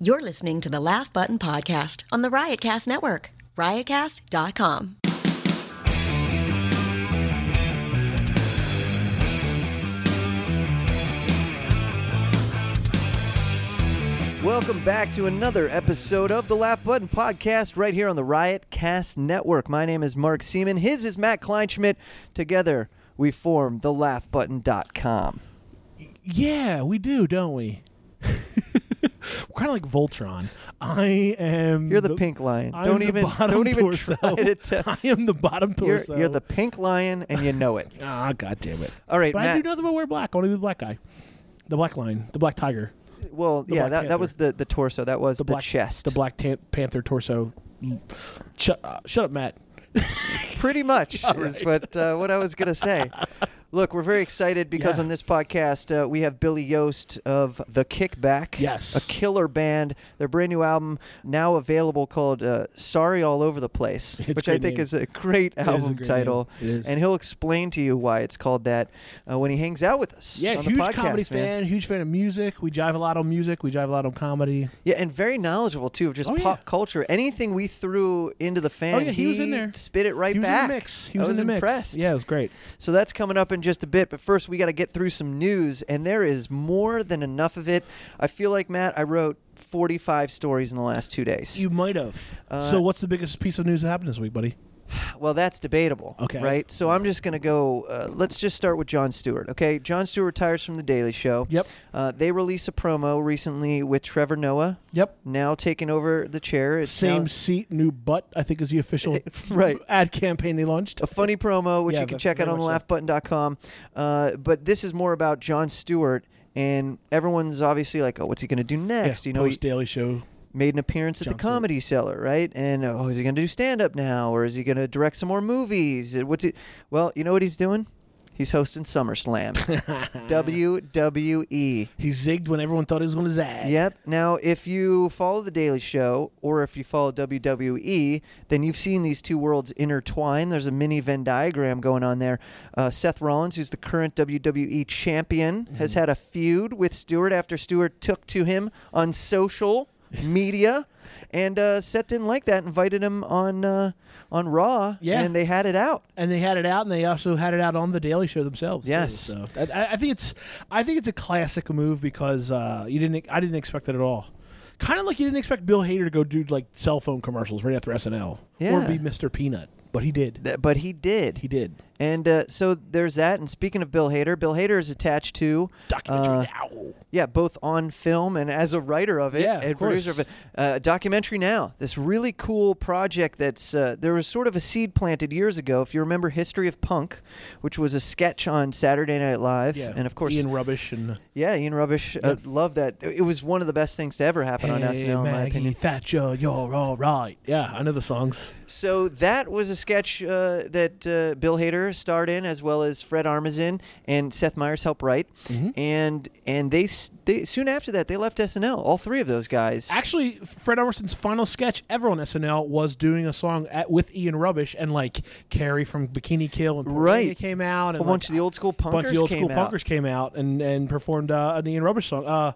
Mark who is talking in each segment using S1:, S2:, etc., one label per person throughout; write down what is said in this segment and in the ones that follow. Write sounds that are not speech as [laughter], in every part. S1: You're listening to the Laugh Button Podcast on the Riotcast Network, riotcast.com.
S2: Welcome back to another episode of the Laugh Button Podcast right here on the Riotcast Network. My name is Mark Seaman. His is Matt Kleinschmidt. Together, we form the laughbutton.com.
S3: Yeah, we do, don't we? [laughs] We're kind of like Voltron. I am.
S2: You're the pink lion.
S3: I'm
S2: Don't
S3: the
S2: even-
S3: bottom
S2: don't even
S3: torso.
S2: try
S3: [laughs]
S2: to tell-
S3: I am the bottom
S2: You're,
S3: torso.
S2: you're the pink lion and you know it.
S3: ah, god damn it.
S2: All right,
S3: but I
S2: Matt.
S3: do nothing but wear black. I want to be the black guy, the black lion, the black tiger, [laughs]
S2: Well, yeah, that,
S3: Black
S2: that
S3: Panther.
S2: was the, the torso. That was the,
S3: black
S2: chest.
S3: the black tan- panther torso. Shut, uh, shut up, Matt.
S2: pretty much
S3: [laughs]
S2: is what uh, what I was gonna say. Look, we're very excited because
S3: Yeah.
S2: on this podcast uh, we have Billy Yost of The Kickback.
S3: Yes.
S2: a killer band. Their brand new album now available called uh, "Sorry All Over the Place,"
S3: It's a
S2: which I
S3: great
S2: think
S3: name.
S2: is a great
S3: a
S2: album
S3: great
S2: title.
S3: name. It is.
S2: And he'll explain to you why it's called that uh, when he hangs out with us.
S3: Yeah,
S2: on
S3: huge
S2: the podcast,
S3: comedy
S2: man.
S3: fan, huge fan of music. We jive a lot on music. We jive a lot on comedy.
S2: Yeah, and very knowledgeable too of just
S3: Oh, yeah.
S2: pop culture. Anything we threw into the fan,
S3: oh yeah, he, was in there.
S2: Spit it right
S3: he was
S2: back.
S3: In the mix. He
S2: I
S3: was, in the mix.
S2: impressed.
S3: Yeah, it was great.
S2: So that's coming up in just a bit, but first we got to get through some news, and there is more than enough of it. I feel like Matt, I wrote 45 stories in the last two days.
S3: You might have.
S2: Uh,
S3: so, what's the biggest piece of news that happened this week, buddy?
S2: well, that's debatable.
S3: Okay.
S2: Right? So I'm just going to go, uh, let's just start with Jon Stewart, okay? Jon Stewart retires from The Daily Show.
S3: Yep.
S2: Uh, they released a promo recently with Trevor Noah.
S3: Yep.
S2: Now taking over the chair. It's
S3: Same
S2: now- Eh,
S3: seat, new butt. I think is the official
S2: Right.
S3: ad campaign they launched.
S2: a funny promo which
S3: Yeah,
S2: you can
S3: ve-
S2: check out
S3: very
S2: on the
S3: much
S2: laughbutton.com uh, but this is more about john stewart and everyone's obviously like oh what's he going to do next you know he
S3: post Daily Show.
S2: made an appearance at
S3: Jon
S2: the
S3: Stewart.
S2: comedy cellar right and oh is he going to do stand up now or is he going to direct some more movies Uh, what's he well you know what he's doing he's hosting summerslam
S3: [laughs]
S2: E. wwe
S3: He zigged when everyone thought he was going to zag.
S2: Yep. Now, if you follow The Daily Show or if you follow WWE, then you've seen these two worlds intertwine. There's a mini Venn diagram going on there. Uh, Seth Rollins, who's the current WWE champion,
S3: Mm-hmm.
S2: has had a feud with Stewart after Stewart took to him on
S3: [laughs]
S2: social media. And uh, Seth didn't like that. Invited him on uh, on Raw,
S3: Yeah.
S2: and they had it out.
S3: And they had it out, and they also had it out on the Daily Show themselves. too.
S2: Yes.
S3: So I- I, I think it's I think it's a classic move because uh, you didn't I didn't expect it at all. Kind of like you didn't expect Bill Hader to go do like cell phone commercials right after SNL
S2: Yeah.
S3: or be Mr. Peanut, but he did.
S2: Th- But he did.
S3: He did.
S2: And uh, so there's that. And speaking of Bill Hader, Bill Hader is attached to
S3: Documentary
S2: uh,
S3: now.
S2: Yeah, both on film and as a writer of it,
S3: Yeah, of
S2: and producer of
S3: course.
S2: it. Uh, documentary now. This really cool project that's uh, there was sort of a seed planted years ago. If you remember History of Punk, which was a sketch on Saturday Night Live,
S3: Yeah.
S2: and of course,
S3: Ian Rubbish and
S2: yeah, Ian Rubbish uh, loved that. It was one of the best things to ever happen on SNL,
S3: Hey,
S2: in my
S3: Maggie
S2: opinion.
S3: Thatcher, you're all right. Yeah, I know the songs.
S2: So that was a sketch uh, that uh, Bill Hader starred in, as well as Fred Armisen and Seth Meyers helped write,
S3: Mm-hmm.
S2: and and they, s- they soon after that they left SNL. All three of those guys.
S3: Actually, Fred Armisen's final sketch ever on SNL was doing a song at, with Ian Rubbish and like Carrie from Bikini Kill and Portlandia
S2: Right.
S3: came out and
S2: a bunch
S3: like,
S2: of the old school
S3: a
S2: punkers
S3: bunch of the old
S2: came
S3: school
S2: out.
S3: punkers came out and and performed uh, an Ian Rubbish song. Uh,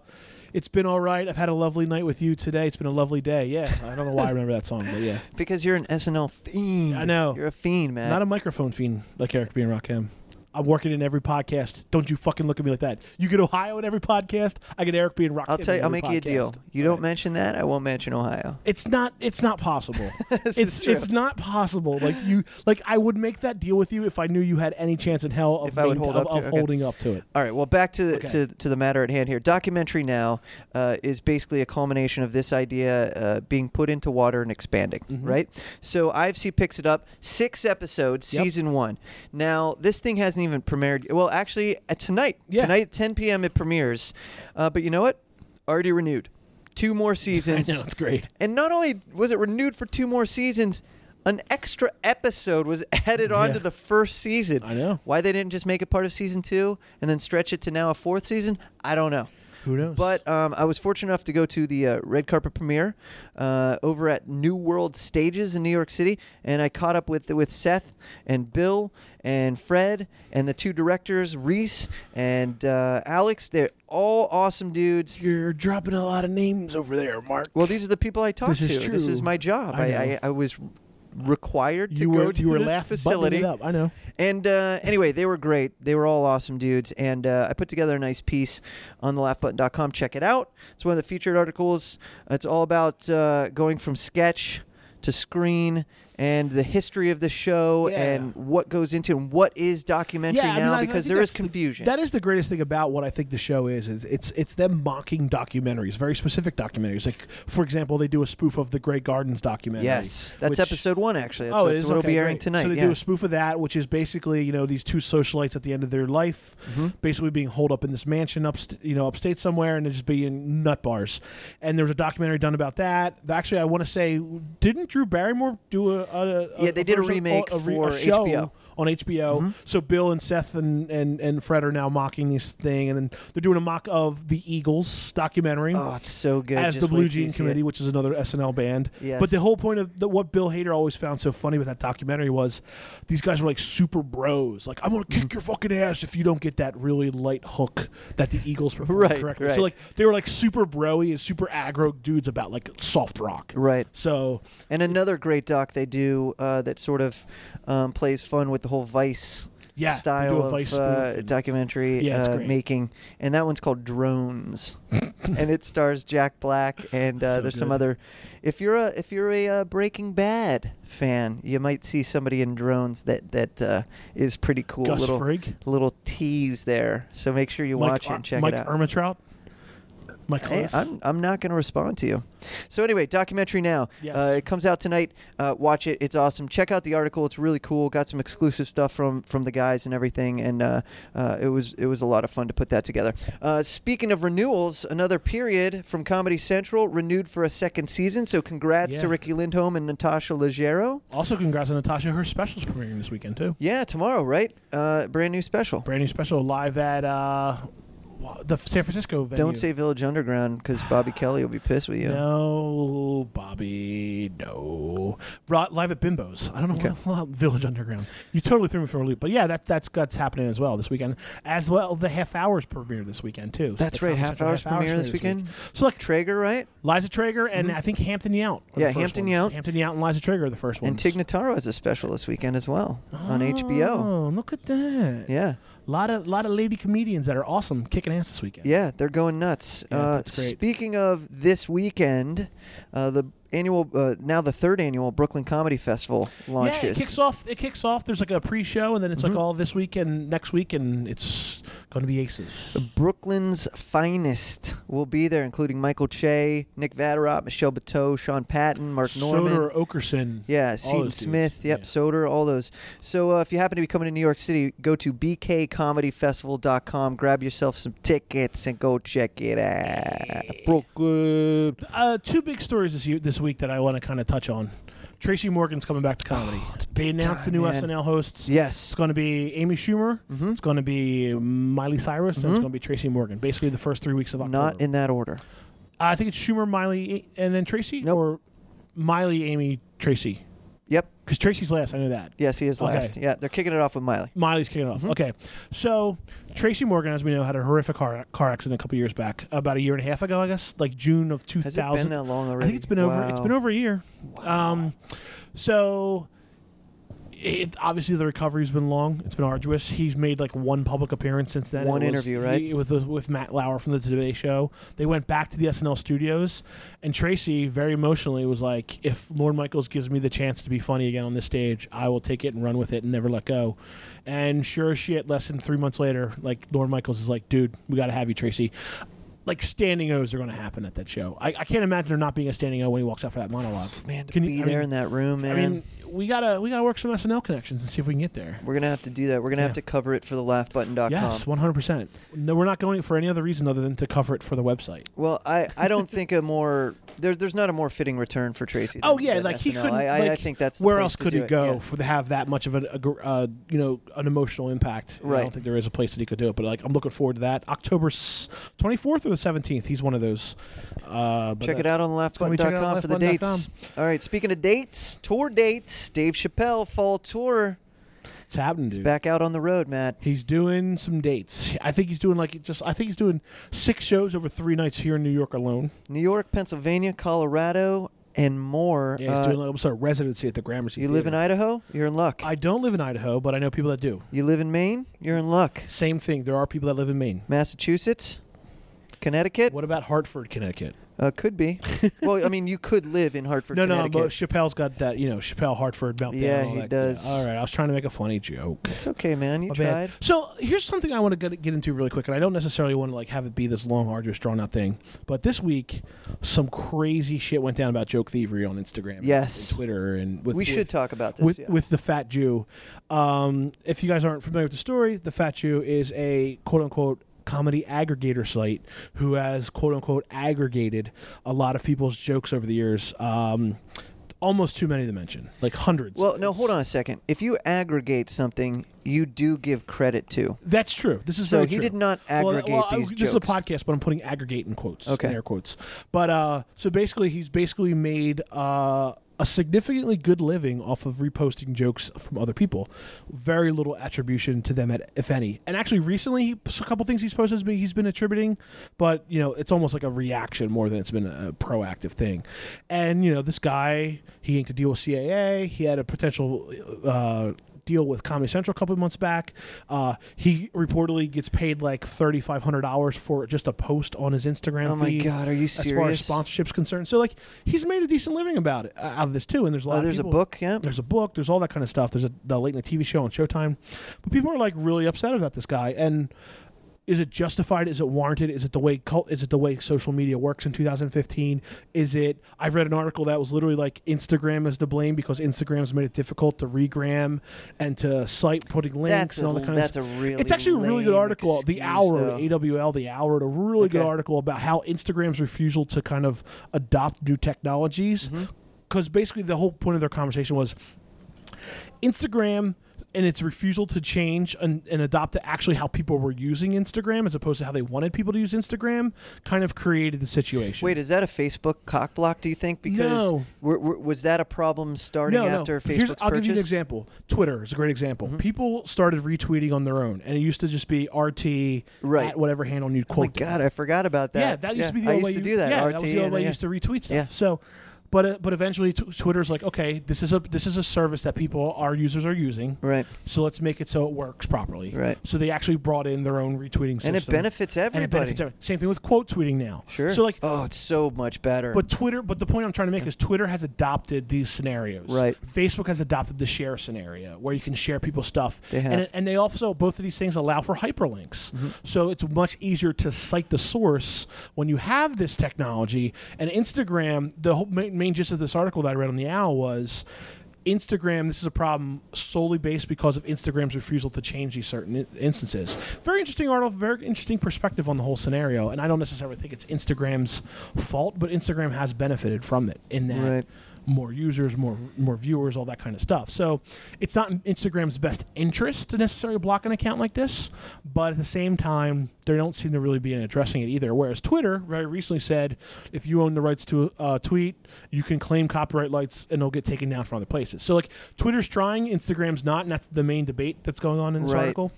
S3: it's been all right. I've had a lovely night with you today. It's been a lovely day. Yeah, I don't know why I remember that song, but yeah,
S2: because you're an SNL fiend.
S3: I know.
S2: you're a fiend, man.
S3: not a microphone fiend like Eric B and Rakim. I'm working in every podcast. Don't you fucking look at me like that. You get Ohio in every podcast. I get Eric B and Rakim.
S2: I'll tell you.
S3: in
S2: I'll
S3: every
S2: make you a deal.
S3: podcast.
S2: You
S3: All
S2: don't
S3: right.
S2: mention that, I won't mention Ohio.
S3: It's not. It's not possible.
S2: [laughs] This is
S3: it's
S2: true.
S3: it's not possible. Like you, like I would make that deal with you if I knew you had any chance in hell of,
S2: If I would
S3: main-
S2: hold
S3: of,
S2: up to
S3: of
S2: it, okay.
S3: holding up to it.
S2: All right. Well, back to,
S3: Okay.
S2: to to the matter at hand here. Documentary now uh, is basically a culmination of this idea uh, being put into water and expanding.
S3: Mm-hmm.
S2: Right. So IFC picks it up. Six episodes,
S3: Yep.
S2: season one. Now this thing hasn't even premiered. Well, actually, uh, tonight.
S3: Yeah.
S2: Tonight at 10 p.m. it premieres. Uh, but you know what? Already renewed. Two more seasons.
S3: [laughs] I know it's great.
S2: And not only was it renewed for two more seasons, an extra episode was [laughs] added onto the first season.
S3: I know.
S2: Why they didn't just make it part of season two and then stretch it to now a fourth season, I don't know.
S3: Who knows?
S2: But um, I was fortunate enough to go to the uh, red carpet premiere uh, over at New World Stages in New York City, and I caught up with with Seth and Bill and Fred and the two directors, Reese and uh, Alex. They're all awesome dudes.
S3: You're dropping a lot of names over there, Mark.
S2: Well, these are the people I talked
S3: This is
S2: to. This
S3: true.
S2: is my job.
S3: I
S2: I,
S3: know.
S2: I, I was required to
S3: you
S2: go
S3: were
S2: to
S3: you were
S2: this
S3: laughing
S2: facility.
S3: It up. I know.
S2: And uh, anyway, they were great. They were all awesome dudes. And uh, I put together a nice piece on thelaughbutton.com. Check it out. It's one of the featured articles. It's all about uh, going from sketch to screen and the history of the show
S3: Yeah.
S2: and what goes into and what is documentary
S3: I mean,
S2: now
S3: I- I
S2: because
S3: think
S2: there is
S3: that's the-
S2: confusion.
S3: that is the greatest thing about what I think the show is. is it's it's them mocking documentaries, very specific documentaries. Like for example, they do a spoof of the Grey Gardens documentary.
S2: yes. That's
S3: which-
S2: episode one, actually. That's,
S3: oh,
S2: that's
S3: it is
S2: what will
S3: Okay,
S2: be airing
S3: great.
S2: tonight.
S3: So they
S2: yeah.
S3: do a spoof of that, which is basically you know these two socialites at the end of their life,
S2: Mm-hmm.
S3: basically being holed up in this mansion up you know upstate somewhere, and they're just being nut bars. And there was a documentary done about that. Actually, I want to say, didn't Drew Barrymore do a, a, a
S2: Yeah, they did a
S3: version-
S2: remake
S3: re-
S2: for
S3: show
S2: HBO.
S3: on HBO.
S2: Mm-hmm.
S3: So Bill and Seth and, and and Fred are now mocking this thing, and then they're doing a mock of the Eagles documentary
S2: oh, it's so good.
S3: as
S2: Just
S3: the Blue
S2: wait till you
S3: Jean
S2: see it.
S3: Committee, which is another SNL band.
S2: Yes.
S3: But the whole point of the, what Bill Hader always found so funny with that documentary was these guys were like super bros. Like, I'm going to
S2: Mm-hmm.
S3: kick your fucking ass if you don't get that really light hook that the Eagles performed
S2: Right,
S3: correctly.
S2: right.
S3: So, like, they were like super broy and super aggro dudes about like soft rock.
S2: Right.
S3: So,
S2: And another great doc they do uh, that sort of um, plays fun with the whole Vice
S3: Yeah, they do
S2: style
S3: a
S2: of
S3: Vice spoof
S2: uh,
S3: and-
S2: documentary
S3: Yeah, it's
S2: uh,
S3: great.
S2: making, and that one's called Drones, and it stars Jack Black and uh,
S3: So
S2: there's some
S3: good.
S2: other. If you're a if you're a uh, Breaking Bad fan, you might see somebody in Drones that that uh, is pretty cool.
S3: Gus
S2: little
S3: Frig?
S2: little tease there, so make sure you watch it
S3: Ar-
S2: and check
S3: Mike
S2: it out.
S3: Ermitrout? Mike
S2: Hey,
S3: Klass?
S2: I'm, I'm not going to respond to you. So anyway, documentary now.
S3: Yes.
S2: Uh, it comes out tonight. Uh, watch it. It's awesome. Check out the article. It's really cool. Got some exclusive stuff from from the guys and everything. And uh, uh, it was it was a lot of fun to put that together. Uh, speaking of renewals, another period from Comedy Central renewed for a second season. So congrats
S3: Yeah.
S2: to Ricky Lindholm and Natasha Leggero.
S3: also, congrats on Natasha. Her special's premiering this weekend, too.
S2: Yeah, tomorrow, right? Uh, brand new special.
S3: Brand new special live at uh, wa- the San Francisco venue.
S2: Don't say Village Underground because Bobby Kelly will be pissed with you.
S3: No, Bobby. No. Ro- Live at Bimbo's. I don't know
S2: Okay.
S3: [laughs] what, Village Underground. You totally threw me for a loop, but yeah, that that's that's happening as well this weekend. As well, the half hours premiere this weekend too. So
S2: That's
S3: the
S2: right.
S3: Comedy
S2: Half
S3: Central
S2: hours premiere this
S3: week.
S2: weekend.
S3: So like
S2: Traeger, right?
S3: Liza Traeger and I think Hampton Yount. are the
S2: Yeah,
S3: first
S2: Hampton
S3: ones.
S2: Yount.
S3: Hampton Yount and Liza Traeger are the first ones.
S2: And Tignataro has a special this weekend as well on HBO.
S3: Oh, look at that.
S2: Yeah,
S3: lot of lot of lady comedians that are awesome, kicking ass this weekend.
S2: yeah, they're going nuts.
S3: Yeah,
S2: uh,
S3: that's great.
S2: Speaking of this weekend, uh, the annual, uh, now the third annual Brooklyn Comedy Festival launches. Mm-hmm.
S3: Yeah, it kicks off. It kicks off. There's like a pre-show, and then it's like all this week and next week, and it's going to be aces.
S2: Brooklyn's finest will be there, including Michael Che, Nick Vatterop, Michelle Bateau, Sean Patton, Mark Norman.
S3: Soder, Okerson.
S2: Yeah,
S3: all
S2: Seton
S3: those dudes.
S2: Smith, yep,
S3: Yeah.
S2: Soder, all those. So uh, if you happen to be coming to New York City, go to bkcomedyfestival.com, grab yourself some tickets, and go check it out. Brooklyn.
S3: Uh, two big stories this year, this week that I want to kind of touch on. Tracy Morgan's coming back to comedy. they announced the
S2: Oh, time,
S3: new
S2: man. Mm-hmm.
S3: SNL hosts. It's
S2: Yes.
S3: going to be Amy Schumer. It's going to be Miley Cyrus. And it's going to be Tracy Morgan. Basically, the first three weeks of October.
S2: Mm-hmm.
S3: Uh,
S2: Not in that order.
S3: I think it's Schumer, Miley, A- and then Tracy,
S2: Nope.
S3: or Miley, Amy, Tracy.
S2: Yep.
S3: Because Tracy's last. I know that.
S2: Yes, he is
S3: Okay.
S2: last. Yeah, they're kicking it off with Miley.
S3: Miley's kicking off.
S2: Mm-hmm.
S3: Okay, so Tracy Morgan, as we know, had a horrific car, car accident a couple years back, about a year and a half ago, I guess, like June of two
S2: Has it
S3: thousand.
S2: been that long already?
S3: I think it's been over. It's
S2: Wow.
S3: been over a year. Um, so it, obviously the recovery's been long. It's been arduous. He's made like one public appearance since then.
S2: One
S3: It was-
S2: interview, right?
S3: he- with with Matt Lauer from the Today Show. They went back to the SNL studios, and Tracy very emotionally was like, "If Lorne Michaels gives me the chance to be funny again on this stage, I will take it and run with it and never let go." And sure as shit, less than three months later, like Lorne Michaels is like, "Dude, we got to have you, Tracy." Like standing O's are going to happen at that show. I, I can't imagine there not being a standing O when he walks out for that monologue.
S2: Oh, Man, to
S3: Can
S2: be
S3: you- I
S2: there
S3: mean-
S2: in that room, man.
S3: I mean, we gotta we gotta work some SNL connections and see if we can get there.
S2: we're going to have to do that. We're going to have
S3: Yeah.
S2: to cover it for the laughbutton.com.
S3: Yes, one hundred percent. No, we're not going for any other reason other than to cover it for the website.
S2: Well, I, I don't think a more there, there's not a more fitting return for Tracy.
S3: Oh
S2: than-
S3: yeah,
S2: than
S3: like he
S2: SNL.
S3: couldn't.
S2: I, I, I
S3: like,
S2: think that's the
S3: where
S2: place
S3: else
S2: to
S3: could
S2: do
S3: he
S2: it,
S3: go
S2: yeah.
S3: for to have that much of an, a gr- uh, you know, an emotional impact? And I
S2: Right.
S3: don't think there is a place that he could do it. But like, I'm looking forward to that. October twenty fourth or the seventeenth. He's one of those. Uh, but
S2: Check
S3: that-
S2: it out on
S3: gonna be checked out
S2: leftbutton.com
S3: on
S2: for the dates. All right, speaking of dates, tour dates, Dave Chappelle fall tour
S3: It's happening, dude.
S2: back out on the road, Matt.
S3: He's doing some dates. I think he's doing like just. I think he's doing six shows over three nights here in New York alone.
S2: New York, Pennsylvania, Colorado, and more.
S3: Yeah, he's
S2: Uh,
S3: doing like, almost a residency at the Gramercy.
S2: you live in
S3: Theater.
S2: Idaho? You're in luck.
S3: I don't live in Idaho, but I know people that do.
S2: you live in Maine? You're in luck.
S3: Same thing. There are people that live in Maine.
S2: Massachusetts? Connecticut?
S3: What about Hartford, Connecticut?
S2: Uh, could
S3: [laughs]
S2: be. well, I mean, you could live in Hartford,
S3: no, no,
S2: Connecticut.
S3: but Chappelle's got that, you know, Chappelle Hartford meltdown.
S2: Yeah,
S3: and all
S2: he
S3: that.
S2: does.
S3: All right, I was trying to make a funny joke.
S2: it's okay, man. You
S3: My bad.
S2: tried.
S3: So here's something I want to get, get into really quick, and I don't necessarily want to like have it be this long, arduous, drawn out thing. But this week, some crazy shit went down about joke thievery on Instagram, and-
S2: Yes.
S3: and Twitter, and with
S2: we
S3: with-
S2: should talk about this.
S3: with,
S2: yeah.
S3: with the Fat Jew. Um, if you guys aren't familiar with the story, the Fat Jew is a quote unquote comedy aggregator site who has quote unquote aggregated a lot of people's jokes over the years. Um, almost too many to mention, like hundreds.
S2: well, no, hold
S3: It's-
S2: on a second. If you aggregate something, you do give credit to.
S3: That's true. This is
S2: So
S3: very
S2: he
S3: true.
S2: did not
S3: Well,
S2: aggregate
S3: well, I-
S2: these
S3: This is a
S2: jokes.
S3: podcast, but I'm putting aggregate in quotes, in
S2: Okay.
S3: air quotes. But uh, so basically, he's basically made uh, a significantly good living off of reposting jokes from other people. Very little attribution to them, at, if any. And actually, recently, he, a couple things he's posted, has been- he's been attributing, but you know, it's almost like a reaction more than it's been a proactive thing. And you know, this guy, he inked a deal with CAA. He had a potential. Uh, deal with Comedy Central a couple of months back. Uh, he reportedly gets paid like thirty five hundred dollars for just a post on his Instagram.
S2: Oh my
S3: feed,
S2: God, are you
S3: As far as
S2: serious?
S3: sponsorships concerned, so like he's made a decent living about it uh, out of this too. And there's a lot.
S2: Oh,
S3: of
S2: there's a
S3: people-
S2: book, yeah.
S3: There's a book. There's all that kind of stuff. There's a the late night TV show on Showtime, but people are like really upset about this guy and. Is it justified? Is it warranted? Is it the way cult? Is it the way social media works in 2015? Is it? I've read an article that was literally like Instagram is to blame because Instagram's made it difficult to regram and to site putting links
S2: That's
S3: and all
S2: a-
S3: that kind of
S2: that's
S3: stuff.
S2: a really
S3: It's actually a really good
S2: lame
S3: article. The
S2: excuse,
S3: Hour,
S2: though.
S3: AWL, The Hour, wrote a really good
S2: Okay.
S3: article about how Instagram's refusal to kind of adopt new technologies.
S2: Mm-hmm.
S3: Because basically, the whole point of their conversation was Instagram and its refusal to change and, and adopt to actually how people were using Instagram as opposed to how they wanted people to use Instagram kind of created the situation.
S2: Wait, is that a Facebook cock block, do you think? Because
S3: No.
S2: were- were- was that a problem starting after
S3: Here's-
S2: Facebook's purchase?
S3: I'll
S2: Mm-hmm.
S3: give you an example. Twitter is a great example. People started retweeting on their own, and it used to just be RT
S2: Right.
S3: at whatever handle you'd
S2: Oh my
S3: quote. them.
S2: God, I forgot about that.
S3: yeah, that used to be the
S2: I
S3: old
S2: used
S3: way
S2: to
S3: you-
S2: do that.
S3: Yeah,
S2: RT,
S3: that was the old
S2: and
S3: way
S2: then,
S3: you used to retweet stuff.
S2: Yeah.
S3: So, but uh, but eventually, t- Twitter's like, okay, this is a this is a service that people our users are using.
S2: yeah. Right.
S3: So let's make it so it works properly.
S2: Right.
S3: So they actually brought in their own retweeting system,
S2: And it benefits
S3: And it
S2: everybody.
S3: benefits every- Same thing with quote tweeting now.
S2: Sure.
S3: So like,
S2: oh, it's so much better.
S3: but Twitter, but the point I'm trying to make is Twitter has adopted these scenarios.
S2: Right.
S3: Facebook has adopted the share scenario where you can share people's stuff.
S2: They have. Mm-hmm.
S3: And, it- and they also, both of these things allow for hyperlinks. So it's much easier to cite the source when you have this technology. And Instagram, the whole main, main gist of this article that I read on the owl was. Instagram, this is a problem solely based because of Instagram's refusal to change these certain in- instances. Very interesting article, very interesting perspective on the whole scenario. And I don't necessarily think it's Instagram's fault, but Instagram has benefited from it in that
S2: Right.
S3: more users, more more viewers, all that kind of stuff. So it's not in Instagram's best interest to necessarily block an account like this, but at the same time, they don't seem to really be addressing it either. Whereas Twitter very recently said, if you own the rights to a uh, tweet, you can claim copyright rights and they'll get taken down from other places. So like Twitter's trying, Instagram's not, and that's the main debate that's going on in this
S2: Right.
S3: article.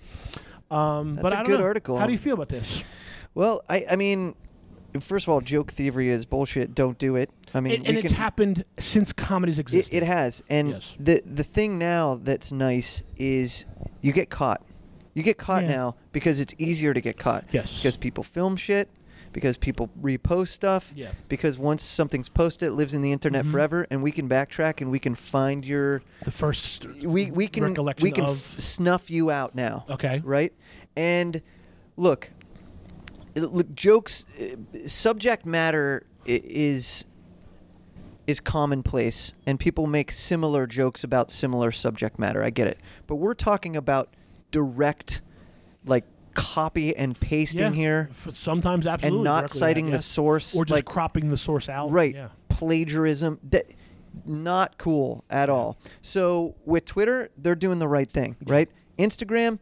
S3: Um, but
S2: a
S3: I don't
S2: good
S3: know.
S2: article.
S3: How do you feel about this?
S2: well, I, I mean, first of all, joke theory is bullshit. Don't do it. I mean,
S3: and and
S2: we
S3: it's
S2: can,
S3: happened since comedies
S2: it,
S3: existed.
S2: it has. And
S3: Yes.
S2: the the thing now that's nice is you get caught. You get caught
S3: Yeah.
S2: now because it's easier to get caught.
S3: Yes.
S2: Because people film shit, because people repost stuff.
S3: Yeah. Mm-hmm.
S2: Because once something's posted, it lives in the internet forever, and we can backtrack and we can find your
S3: the first
S2: we we can
S3: recollection
S2: we can
S3: of
S2: f- snuff you out now.
S3: Okay.
S2: Right. And look, it- look jokes, uh, subject matter i- is is commonplace, and people make similar jokes about similar subject matter. I get it, but we're talking about direct, like copy and pasting here
S3: F- sometimes absolutely
S2: and not
S3: directly
S2: citing
S3: at,
S2: the
S3: yeah.
S2: source,
S3: or just
S2: like
S3: cropping the source out.
S2: right
S3: Yeah.
S2: plagiarism. That not cool at all. So with Twitter, they're doing the right thing, right? Instagram.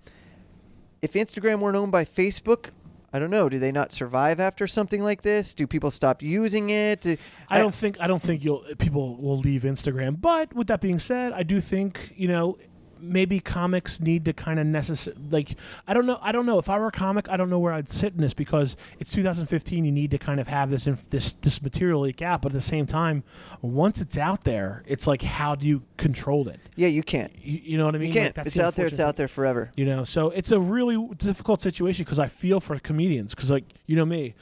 S2: If Instagram weren't owned by Facebook. I don't know. Do they not survive after something like this? Do people stop using it? Do-
S3: I don't think I don't think you'll people will leave Instagram. But with that being said, I do think you know maybe comics need to kind of necessary like I don't know I don't know if I were a comic I don't know where I'd sit in this because it's 2015 you need to kind of have this inf- this this material leak out but at the same time once it's out there it's like how do you control it
S2: Yeah, you can't.
S3: you, you know what I mean
S2: You
S3: Like,
S2: can't.
S3: that's
S2: it's
S3: the
S2: out there. It's
S3: unfortunate-
S2: out there forever.
S3: you know so it's a really w- difficult situation because i feel for comedians because like you know me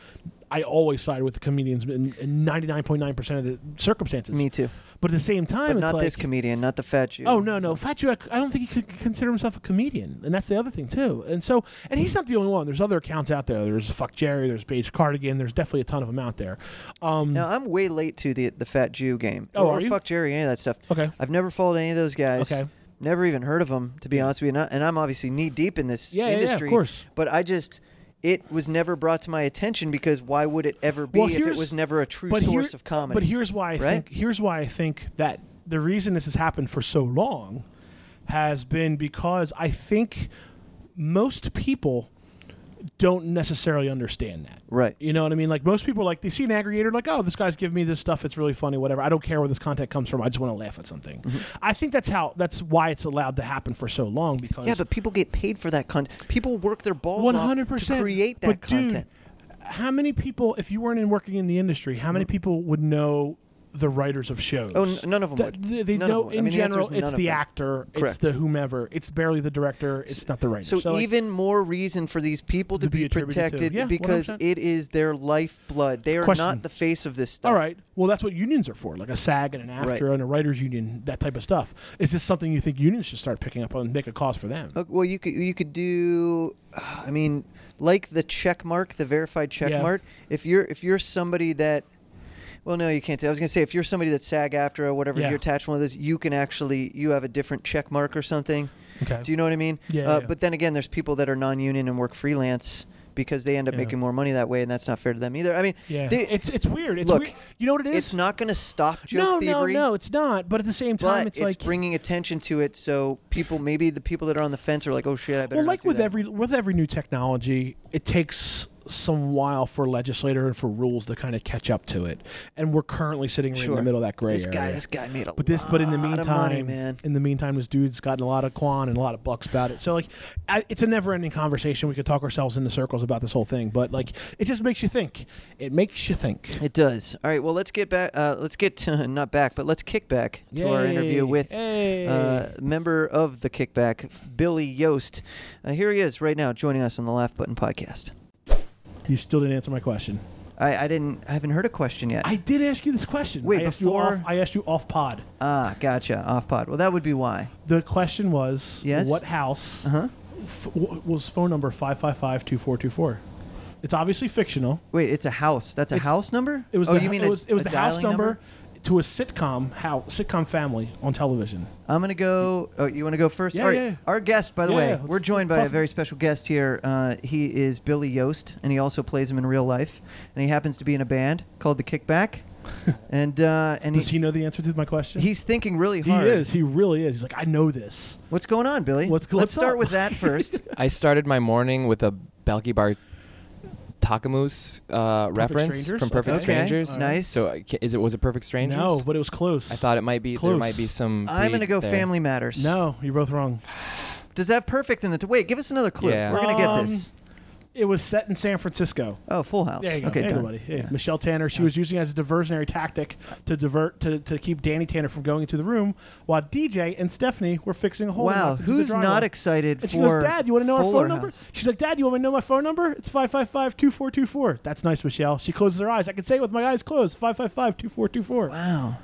S3: i always side with the comedians in, in 99.9% of the circumstances
S2: Me too.
S3: but at the same time
S2: But
S3: it's
S2: not
S3: like
S2: this comedian, not the fat Jew.
S3: oh no no fatu I, c- I don't think he could consider himself a comedian and that's the other thing too and so and he's not the only one there's other accounts out there there's fuck jerry there's Paige cardigan there's definitely a ton of them out there um
S2: Now I'm way late to the the fat Jew game.
S3: Oh,
S2: or,
S3: are you?
S2: fuck Jerry, any of that stuff.
S3: okay
S2: I've never followed any of those guys.
S3: Okay.
S2: Never even heard of them, to be honest with you. And, I, and I'm obviously knee deep in this
S3: Yeah, yeah, yeah, of
S2: industry.
S3: course.
S2: But I just, it was never brought to my attention because why would it ever be
S3: Well,
S2: if it
S3: here's-
S2: was never a true
S3: but
S2: source
S3: here-
S2: of comedy?
S3: But here's why I
S2: right?
S3: think here's why I think that the reason this has happened for so long has been because I think most people don't necessarily understand that.
S2: Right.
S3: You know what I mean? Like most people, like they see an aggregator, like, oh, this guy's giving me this stuff. It's really funny, whatever. I don't care where this content comes from. I just want to laugh at something.
S2: Mm-hmm.
S3: I think that's how. That's why it's allowed to happen for so long. Because
S2: Yeah, but people get paid for that content. People work their balls
S3: one
S2: off
S3: hundred
S2: to
S3: percent
S2: create that
S3: but
S2: content.
S3: Dude, how many people, if you weren't in working in the industry, how many people would know the writers of shows?
S2: Mm-hmm. Oh, n- none of 'em
S3: Th-
S2: would.
S3: They, they
S2: None of 'em
S3: know
S2: would. I
S3: in
S2: mean, the answer
S3: general.
S2: is none
S3: it's
S2: of
S3: the
S2: them.
S3: actor. It's
S2: Correct.
S3: the whomever. It's barely the director. It's not the writer.
S2: So,
S3: like,
S2: even more reason for these people to,
S3: To be attributed to.
S2: protected
S3: Yeah,
S2: because
S3: 100%.
S2: it is their lifeblood. They are
S3: Question.
S2: not the face of this stuff.
S3: All right. Well, that's what unions are for, like a SAG and an AFTRA
S2: Right.
S3: and a writers union, that type of stuff. Is this something you think unions should start picking up on and make a cause for them?
S2: Okay, well, you could you could do, I mean, like the check mark, the verified check
S3: Yeah.
S2: mark. If you're if you're somebody that, well, no, you can't. Say. I was gonna say if you're somebody that's SAG after or whatever,
S3: Yeah.
S2: you're attached to one of those. You can actually you have a different check mark or something.
S3: Okay.
S2: Do you know what I mean?
S3: Yeah,
S2: Uh,
S3: yeah.
S2: But then again, there's people that are non-union and work freelance because they end up
S3: Yeah.
S2: making more money that way, and that's not fair to them either. I mean,
S3: yeah.
S2: they-
S3: it's it's weird. It's
S2: look,
S3: weird. You know what it is?
S2: it's not gonna stop Joe
S3: no,
S2: thievery.
S3: no, no. It's not. But at the same time,
S2: But
S3: it's,
S2: it's,
S3: like
S2: bringing attention to it, so people maybe the people that are on the fence are like, "Oh shit, I better."
S3: well
S2: not
S3: like
S2: do
S3: with
S2: that."
S3: every with every new technology it takes some while for legislator and for rules to kind of catch up to it and we're currently sitting right in the
S2: Sure.
S3: middle of that gray
S2: This guy,
S3: area.
S2: this guy made a
S3: but this but in the
S2: lot of
S3: meantime
S2: money, man.
S3: in the meantime this dude's gotten a lot of quan and a lot of bucks about it so like I, it's a never-ending conversation we could talk ourselves into circles about this whole thing but like it just makes you think it makes you think
S2: It does. All right. Well, let's get back. Uh, let's get to, [laughs] not back, but let's kick back to our
S3: Yay.
S2: interview with
S3: Hey.
S2: uh, member of the Kickback, Billy Yost. Uh, here he is right now, joining us on the Laugh Button Podcast.
S3: you still didn't answer my question
S2: I, I didn't. I haven't heard a question yet.
S3: i did ask you this question
S2: Wait,
S3: I asked you
S2: before-
S3: off, i asked you off pod
S2: ah, gotcha. Off pod. Well, that would be why.
S3: The question was,
S2: Yes?
S3: what house
S2: Uh huh.
S3: f- w- was phone number 555-2424? It's obviously fictional.
S2: Wait, it's a house. That's a
S3: It's-
S2: house number.
S3: It was
S2: Oh,
S3: the,
S2: you mean
S3: it
S2: a-
S3: was, it was
S2: a
S3: the house
S2: dialing
S3: number, to a sitcom house, sitcom family on television.
S2: I'm gonna go. Oh, you want to go first?
S3: Yeah,
S2: All right.
S3: yeah, yeah.
S2: Our guest, by the
S3: Yeah,
S2: way,
S3: yeah, let's-
S2: we're joined by a
S3: toss it.
S2: very special guest here. Uh, he is Billy Yost, and he also plays him in real life. And he happens to be in a band called the
S3: [laughs]
S2: Kickback. and uh, and
S3: Does he
S2: he,
S3: know the answer to my question?
S2: he's thinking really
S3: he
S2: hard.
S3: is. He really is. He's like, I know this.
S2: What's going on, Billy?
S3: What's-
S2: Let's
S3: what's
S2: start
S3: up?
S2: with
S3: [laughs]
S2: that first.
S4: I started my morning with a Balky Bar Takamus uh, reference
S3: Strangers?
S4: from Perfect
S3: Okay.
S4: Strangers.
S3: All right.
S2: nice.
S4: So uh, ca- is it was it Perfect Strangers?
S3: No, but it was close.
S4: I thought it might be there
S3: Close.
S4: might be some.
S2: I'm gonna
S4: bleed
S2: go
S4: there.
S2: Family Matters.
S3: No, you're both wrong.
S2: Does that perfect in the t- wait? Give us another clue.
S4: Yeah.
S2: We're gonna get
S3: Um,
S2: this.
S3: It was set in San Francisco.
S2: Oh, Full House.
S3: There you go.
S2: Okay,
S3: There you go,
S2: done.
S3: buddy. Yeah. Michelle Tanner. She was using it as a diversionary tactic to divert to, to keep Danny Tanner from going into the room while DJ and Stephanie were fixing a hole. in the
S2: Wow,
S3: left into the
S2: who's
S3: drywall.
S2: not excited
S3: And she
S2: for
S3: goes, Dad, you want to know our
S2: Fuller
S3: phone number?
S2: House?
S3: She's like, Dad, you want me to know my phone number? It's 555 2424. That's nice, Michelle. She closes her eyes. I can say it with my eyes closed 555 2424.
S2: Wow.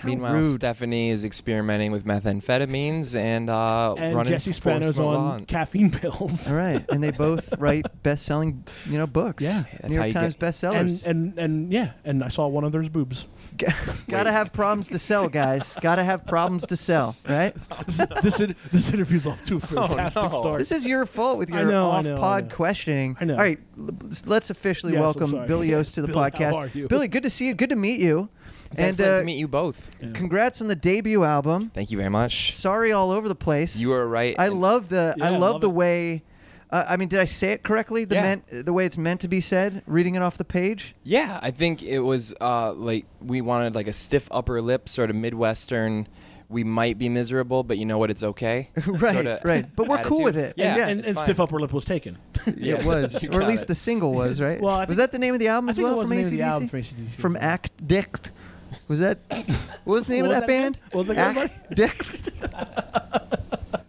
S2: How
S4: Meanwhile,
S2: rude.
S4: Stephanie is experimenting with methamphetamines and uh,
S3: and
S4: running
S3: Jesse Spano's
S4: Force
S3: on
S4: Milan.
S3: caffeine pills.
S2: All right, and they
S4: [laughs]
S2: both write best-selling, you know, books.
S3: Yeah.
S4: That's
S2: New
S4: how
S2: York
S4: you get-
S2: Times
S3: And,
S2: bestsellers.
S3: and and yeah, and I saw one of those
S4: [laughs]
S3: boobs.
S2: [laughs] Gotta have problems to sell, guys. Gotta have problems to sell,
S4: [laughs]
S2: right?
S3: this, this, in- this interview's off to a fantastic
S4: Oh, no.
S3: start.
S2: This is your fault with
S3: I
S2: your
S3: know, I know, I
S2: off-pod
S3: know.
S2: questioning.
S3: I know.
S2: All right, l- let's officially
S3: Yes, I'm
S2: welcome
S3: sorry.
S2: Billy
S3: [laughs]
S2: Yost to the
S3: Billy, how
S2: podcast.
S3: are you?
S2: Billy, good to see you. Good to meet you.
S4: It's excellent
S2: uh,
S4: to meet you both.
S3: Yeah.
S2: congrats on the debut album.
S4: Thank you very much.
S2: Sorry, all over the place.
S4: You are right.
S2: I love the. I
S3: Yeah,
S2: love,
S3: love
S2: the
S3: it.
S2: way. Uh, I mean, did I say it correctly? The
S4: Yeah.
S2: meant, the way it's meant to be said. Reading it off the page.
S4: Yeah, I think it was uh, like we wanted like a stiff upper lip, sort of midwestern. We might be miserable, but you know what? It's okay.
S2: [laughs] right.
S4: sorta
S2: right. But we're cool with
S4: attitude.
S2: it.
S4: Yeah,
S2: yeah.
S3: and,
S4: it's
S3: and
S4: fine.
S3: stiff upper lip was taken.
S4: Yeah.
S2: It was,
S4: [laughs] You
S2: or at
S4: got
S2: least
S4: it.
S2: the single was, right?
S3: Well, I
S2: was
S3: think-
S2: that the name of the album
S3: I
S2: as
S3: think
S2: well
S3: it was
S2: from
S3: the name
S2: ACDC?
S3: of the album from AC/DC.
S2: From Act Dict. Was that what was the name
S3: What
S2: of that
S3: was that again?
S2: band?
S3: What was it again, buddy?
S2: Act Dict. [laughs]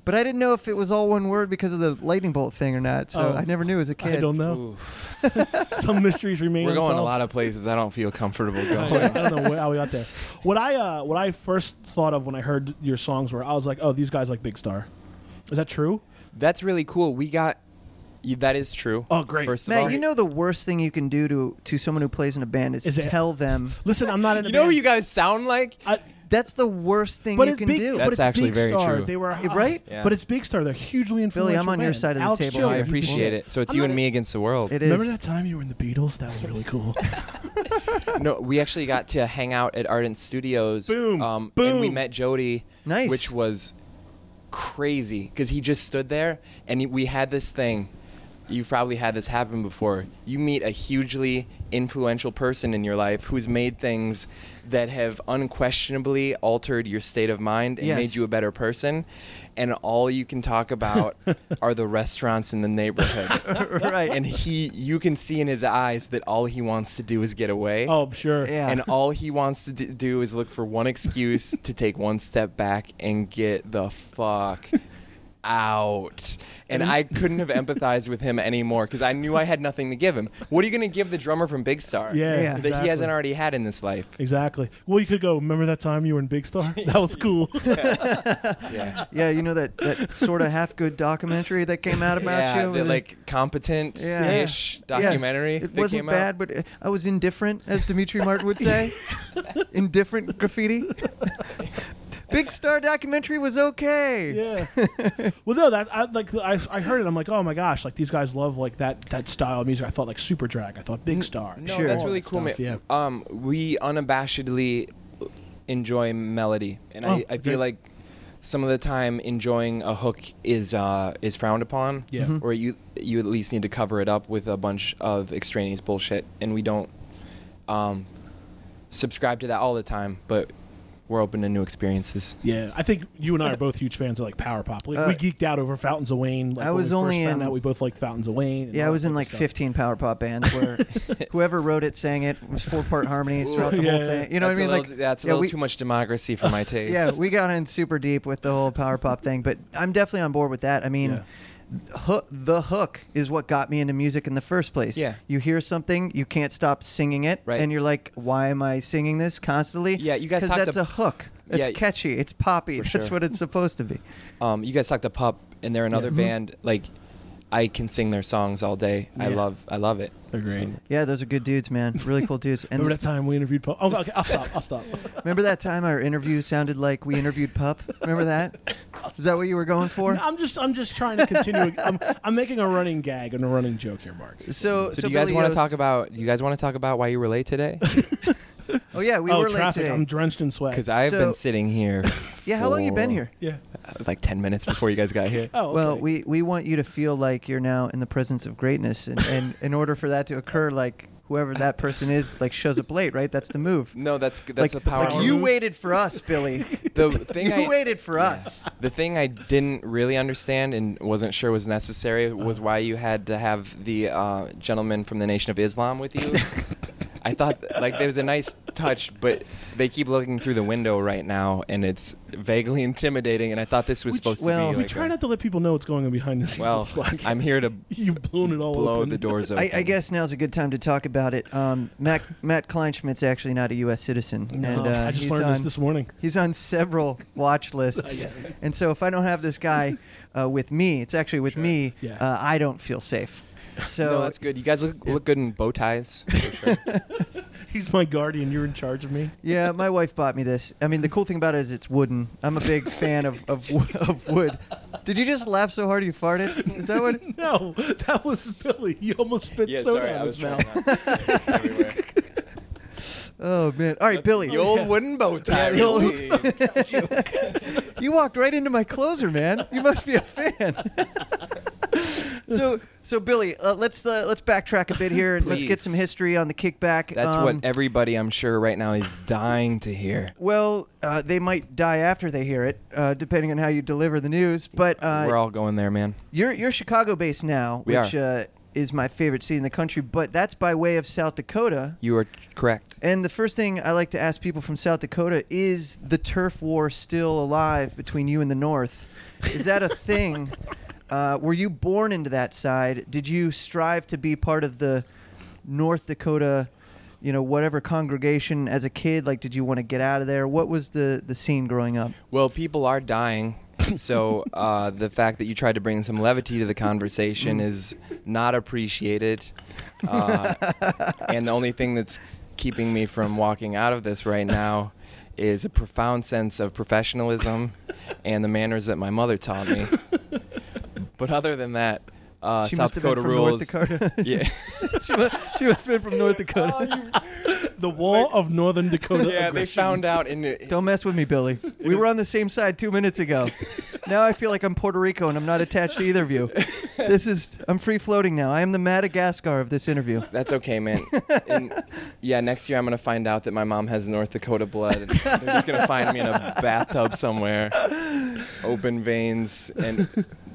S2: but I didn't know if it was all one word because of the lightning bolt thing or not, so
S3: Oh.
S2: I never knew as a kid.
S3: I don't know.
S4: Ooh,
S3: [laughs] Some mysteries remain.
S4: we're going a
S3: unsolved.
S4: lot of places. I don't feel comfortable
S3: [laughs] I
S4: going.
S3: don't know where, how we got there. What I uh, what I first thought of when I heard your songs were, I was like, oh, these guys like Big Star. Is that true?
S4: That's really cool. We got. You, that is true.
S3: Oh, great.
S4: First of all,
S2: Matt, you know the worst thing you can do to to someone who plays in a band is,
S3: Is it-
S2: tell them.
S3: Listen, I'm not in. A
S4: You know who
S3: band.
S4: you guys sound like.
S3: I,
S2: That's the worst thing
S3: but
S2: you
S3: it's
S2: can
S3: big,
S2: do.
S3: but
S4: That's
S3: it's
S4: actually
S3: Big
S4: very
S3: Star.
S4: true.
S3: They were uh,
S2: right?
S4: Yeah.
S3: but it's Big Star. They're hugely influential.
S2: Billy, I'm on your
S3: band.
S2: side of the
S3: Alex
S2: table.
S3: Chilton
S4: I
S2: you're-
S3: used to
S4: appreciate
S3: play
S4: it. So it's
S3: I'm
S4: you
S3: not
S4: and
S3: in-
S4: me against the world.
S2: It is.
S3: Remember that time you were in the Beatles? That was
S2: [laughs]
S3: really cool.
S4: No, we actually got to hang out at Ardent Studios.
S3: Boom.
S4: um,
S3: Boom.
S4: And we met Jody.
S2: Nice.
S4: Which was crazy because he just stood there and he- we had this thing. You've probably had this happen before. You meet a hugely influential person in your life who's made things that have unquestionably altered your state of mind and
S2: Yes.
S4: made you a better person. And all you can talk about are the restaurants in the neighborhood.
S2: right.
S4: and he, you can see in his eyes that all he wants to do is get away
S3: oh, I'm sure.
S2: Yeah.
S4: and all he wants to d- do is look for one excuse to take one step back and get the fuck out. And I couldn't have empathized with him anymore because I knew I had nothing to give him. What are you going to give the drummer from Big Star?
S3: Yeah,
S2: Yeah.
S4: That
S3: exactly.
S4: he hasn't already had in this life.
S3: Exactly. Well, you could go. Remember that time you were in Big
S4: [laughs]
S3: Star? That was cool.
S4: Yeah.
S2: yeah, you know that, that sort of half good documentary that came out about
S4: yeah,
S2: you.
S4: the,
S2: And-
S4: like competent ish
S2: Yeah.
S4: documentary.
S2: It
S4: that
S2: wasn't
S4: came
S2: bad,
S4: out.
S2: but uh, I was indifferent, as Dimitri Martin would
S4: [laughs]
S2: say. indifferent graffiti. Big Star documentary was okay.
S4: [laughs]
S3: Yeah. well, no, that I, like I, I heard it. I'm like, oh my gosh, like these guys love like that that style of music. I thought like Super Drag. I thought Big Star.
S4: No,
S2: Sure.
S4: that's
S3: all
S4: really
S3: that
S4: cool.
S3: stuff,
S4: ma-
S3: yeah.
S4: Um, we unabashedly enjoy melody, and
S3: Oh,
S4: I, I
S3: okay.
S4: feel like some of the time enjoying a hook is uh, is frowned upon.
S3: Yeah.
S2: Mm-hmm.
S3: Mhm.
S4: Or you you at least need to cover it up with a bunch of extraneous bullshit, and we don't um, subscribe to that all the time, but we're open to new experiences.
S3: Yeah, I think you and I are both huge fans of like power pop. Like
S2: Uh,
S3: we geeked out over Fountains of Wayne. Like,
S2: I
S3: when
S2: was
S3: we first
S2: only
S3: found
S2: in-
S3: out we both liked Fountains of Wayne. and
S2: Yeah, I
S3: all
S2: was
S3: that
S2: in
S3: type of
S2: like
S3: stuff.
S2: 15 power pop bands
S4: [laughs]
S2: where whoever wrote it sang it was four part harmonies throughout the
S3: Yeah,
S2: whole
S3: yeah.
S2: thing. You know
S4: that's
S2: what I mean?
S4: A little,
S2: like
S4: that's a
S2: yeah,
S4: little
S2: we-
S4: too much democracy for
S2: [laughs]
S4: my taste.
S2: Yeah, we got in super deep with the whole power pop thing, but I'm definitely on board with that. I mean, hook, the hook is what got me into music in the first place.
S4: Yeah.
S2: You hear something, you can't stop singing it,
S4: Right.
S2: and you're like, why am I singing this constantly?
S4: Yeah, you guys
S2: Because
S4: talked
S2: that's
S4: ab-
S2: a hook. It's
S4: Yeah.
S2: catchy. It's poppy.
S4: For
S2: That's
S4: sure.
S2: what it's supposed to be.
S4: um, you guys talked to Pup, and they're another
S3: Mhm.
S4: band. Like, I can sing their songs all day. I
S3: Yeah.
S4: love, I love it.
S3: They're great.
S2: Yeah, those are good dudes, man. Really cool dudes. And
S3: Remember that time we interviewed? Paul? Oh, okay, I'll stop. I'll stop. [laughs]
S2: remember that time our interview sounded like we interviewed Pup? Remember that? Is that what you were going for?
S3: I'm just I'm just trying to continue. I'm, I'm making a running gag and a running joke here, Mark.
S2: So,
S4: So, do you guys
S2: Billy uh,
S4: want to
S2: Yost-
S4: talk about? Do you guys want to talk about why you were
S2: [laughs]
S4: late today?
S2: Oh yeah, we
S3: oh,
S2: were late
S3: traffic!
S2: today.
S3: I'm drenched in sweat.
S4: Because I've
S2: So-
S4: been sitting here.
S2: [laughs] yeah, how long you been
S4: for,
S2: here?
S3: yeah.
S4: uh, Like ten minutes before you guys got
S2: [laughs]
S4: here.
S3: Oh, okay.
S2: Well, we, we want you to feel like you're now in the presence of greatness, and, and in order for that to occur, like whoever that person is, like shows up late, right? That's the move.
S4: No, that's that's
S2: like,
S4: the power.
S2: Like
S4: move.
S2: you waited for us, Billy.
S4: The
S2: [laughs]
S4: thing
S2: you
S4: I
S2: waited for us.
S4: the thing I didn't really understand and wasn't sure was necessary was
S2: Uh-huh.
S4: why you had
S2: [laughs]
S4: to have the uh, gentleman from the Nation of Islam with you. I thought like there was a nice touch, but they keep looking through the window right now, and it's vaguely intimidating. And I thought this was supposed
S2: well,
S4: to
S2: we
S4: be.
S3: We
S4: like
S3: try
S4: a-
S3: not to let people know what's going on behind the scenes.
S4: Well,
S3: of this podcast.
S4: I'm here to
S3: [laughs] You've blown it all
S4: blow
S3: open.
S4: the doors open.
S2: I, I guess now's a good time to talk about it. Um, Matt Matt Kleinschmidt's actually not a U.S. citizen, and uh,
S3: Oh, I just
S2: he's
S3: learned
S2: on
S3: this this morning.
S2: he's on several watch lists, and so if I don't have this guy uh, with me, it's actually with me.
S3: Yeah.
S2: Uh, I don't feel safe. So
S4: no, that's good. You guys look look good in
S2: [laughs]
S4: bow ties. for sure.
S3: [laughs] He's my guardian. You're in charge of me.
S2: Yeah, my wife bought me this. I mean, the cool thing about it is it's wooden. I'm a big fan of, of, wo- [laughs] of wood. Did you just laugh so hard you farted? Is that what?
S3: [laughs] No, that was Billy. You almost spit
S4: yeah,
S3: soda
S4: sorry,
S3: on
S4: I was
S3: his
S4: trying
S3: mouth.
S4: not to- everywhere.
S3: [laughs]
S2: Oh, man. All right, Billy.
S4: [laughs] The old wooden bow tie.
S2: the old-
S4: really.
S2: You walked right into my closer, man. You must be a fan. [laughs] so, so Billy, uh, let's uh, let's backtrack a bit here and let's get
S4: Please.
S2: some history on the kickback.
S4: That's
S2: Um,
S4: what everybody I'm sure right now is dying to hear.
S2: Well, uh, they might die after they hear it, uh, depending on how you deliver the news. But uh,
S4: We're all going there, man.
S2: You're you're Chicago based now,
S4: We
S2: which Uh, is my favorite city in the country, but that's by way of South Dakota.
S4: You are correct.
S2: And the first thing I like to ask people from South Dakota is the turf war still alive between you and the North? Is that a
S4: [laughs]
S2: thing? Uh, were you born into that side? Did you strive to be part of the North Dakota, you know, whatever congregation as a kid? Like, did you want to get out of there? What was the, the scene growing up?
S4: Well, people are dying. So uh, the fact that you tried to bring some levity to the conversation
S2: Mm.
S4: is not appreciated, uh, and the only thing that's keeping me from walking out of this right now is a profound sense of professionalism and the manners that my mother taught me. But other than that, uh,
S2: she must
S4: South Dakota
S2: have been from
S4: rules.
S2: North Dakota.
S4: [laughs]
S2: [laughs]
S4: Yeah.
S2: she, must, she must have been from North Dakota.
S3: [laughs] The wall of Northern Dakota.
S4: yeah, they
S3: aggression.
S4: found out in uh,
S2: Don't mess with me,
S3: [laughs]
S2: Billy. We were on the same side two minutes ago. now I feel like I'm Puerto Rico and I'm not attached to either of you. This is I'm free floating now. I am the Madagascar of this interview.
S4: That's
S3: [laughs]
S4: okay, man. And, yeah, next year I'm gonna find out that my mom has North Dakota blood. And they're just gonna find me in a bathtub somewhere, open veins, and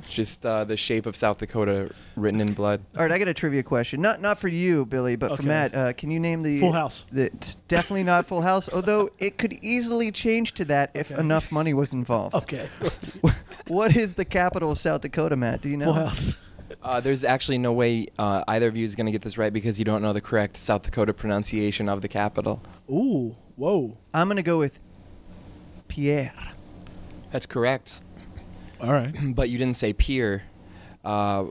S4: just uh, the shape of South Dakota written in blood.
S2: All right, I got a trivia question. Not not for you, Billy, but for
S3: Okay.
S2: Matt. Uh, can you name the
S3: Full House.
S2: The, it's definitely not Full House, although it could easily change to that if
S3: Okay.
S2: enough money was involved.
S3: Okay. [laughs]
S2: What is the capital of South Dakota, Matt? Do you know?
S3: Full house.
S4: Uh, there's actually no way uh, either of you is gonna get this right because you don't know the correct South Dakota pronunciation of the capital.
S3: Ooh. Whoa.
S2: I'm gonna go with Pierre.
S4: That's correct,
S3: All right.
S4: but you didn't say pier, uh,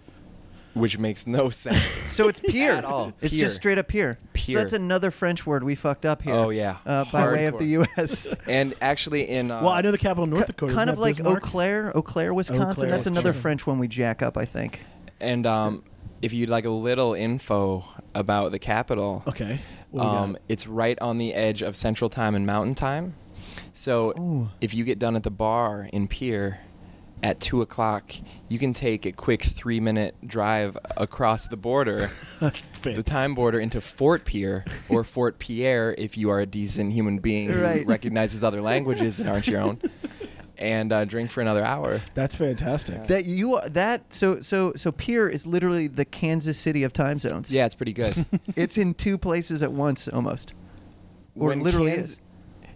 S4: which makes no [laughs] sense.
S2: So it's Pierre.
S4: all.
S2: It's
S4: Pierre.
S2: just straight up Pierre. So
S4: Pierre.
S2: that's another French word we fucked up here.
S4: Oh, yeah.
S2: Uh, by way of the U.S.
S4: [laughs] and actually, in uh,
S3: Well, I know the capital of North Dakota.
S2: kind
S3: Isn't
S2: of
S3: that
S2: like Eau
S3: Bismarck?
S2: Claire, Eau Claire, Wisconsin.
S3: Claire,
S2: that's another
S3: Wisconsin.
S2: French one we jack up, I think.
S4: And um, if you'd like a little info about the capital,
S3: Okay. What do we got?
S4: um, it's right on the edge of Central Time and Mountain Time. So
S2: Ooh.
S4: if you get done at the bar in Pier at two o'clock, you can take a quick three-minute drive across the
S3: [laughs]
S4: border,
S3: [laughs] That's
S4: the
S3: fantastic.
S4: time border, into Fort Pier
S3: [laughs]
S4: or Fort Pierre if you are a decent human being
S2: Right.
S4: who recognizes other languages and aren't
S3: [laughs]
S4: your own, and uh, drink for another hour.
S3: That's fantastic.
S2: That you are that so so so Pierre is literally the Kansas City of time zones.
S4: Yeah, it's
S3: [laughs]
S4: pretty good.
S2: it's in two places at once almost. Or
S4: When
S2: literally
S4: Kans-
S2: is.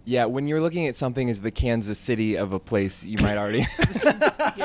S4: Yeah, when you're looking at something as the Kansas City of a place, you
S2: [laughs]
S4: might already. [laughs]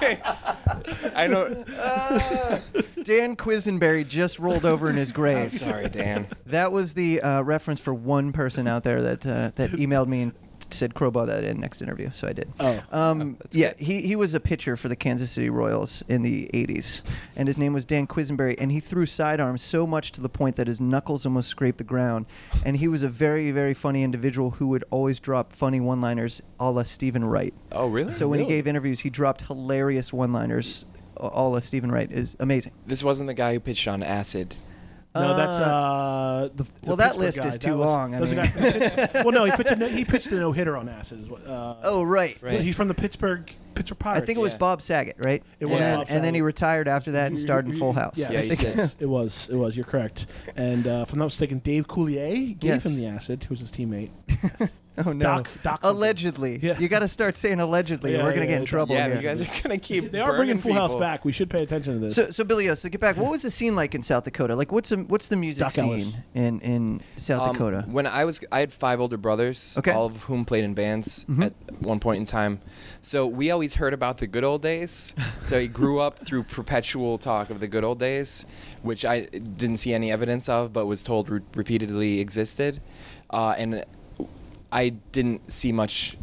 S4: I know.
S2: [laughs] Dan Quisenberry just rolled over
S4: [laughs]
S2: in his grave.
S4: Sorry, Dan.
S2: That was the uh, reference for one person out there that uh, that emailed me and said crowbar that in next interview, so I did.
S3: Oh.
S2: um,
S4: That's
S2: yeah,
S4: good.
S2: he, he was a pitcher for the Kansas City Royals in the '80s, and his name was Dan Quisenberry, and he threw sidearms so much to the point that his knuckles almost scraped the ground, and he was a very very funny individual who would always drop funny one-liners, a la Stephen Wright.
S4: Oh, really?
S2: So when he
S3: Really?
S2: gave interviews, he dropped hilarious one-liners, a a la Stephen Wright is amazing.
S4: this wasn't the guy who pitched on acid.
S3: No, that's uh. The, the
S2: well, that
S3: Pittsburgh
S2: list
S3: guy.
S2: is too
S3: That
S2: long, I
S3: that was a
S2: mean.
S3: guy from
S2: [laughs]
S3: Pittsburgh. well, no, he pitched a no, he pitched a no hitter on acid. Is what, uh,
S2: Oh right,
S4: Right.
S3: He's from the Pittsburgh Pittsburgh
S2: I
S3: Pirates.
S2: think it was
S4: Yeah.
S2: Bob Saget, right?
S3: It was
S2: and, then,
S3: Bob
S2: and then he
S3: Saget.
S2: retired after that and starred in Full House.
S3: Yeah,
S4: Yeah,
S3: I
S4: he
S3: think
S4: said.
S3: it's- it was. It was. You're correct. And uh, if I'm not mistaken, Dave Coulier gave
S2: Yes. [laughs]
S3: him the acid, who was his teammate.
S2: [laughs] Oh no.
S3: Doc, Doc something.
S2: allegedly.
S3: Yeah.
S2: You got to start saying allegedly.
S3: Yeah,
S2: We're gonna
S3: yeah,
S2: get in
S3: yeah.
S2: trouble.
S4: yeah,
S2: here.
S4: you guys are gonna keep.
S3: They are bringing
S4: burning
S3: Full House
S4: people.
S3: back. We should pay attention to this.
S2: So, so Billy, O, so get back. What was the scene like in South Dakota? Like, what's the, what's the music
S3: Doc Ellis.
S2: scene in in South
S4: Um,
S2: Dakota?
S4: When I was, I had five older brothers,
S2: Okay. Mm-hmm.
S4: all of whom played in bands at one point in time. So we always heard about the good old days.
S2: [laughs]
S4: so he grew up through perpetual talk of the good old days, which I didn't see any evidence of, but was told re- repeatedly existed. Uh, and I didn't see much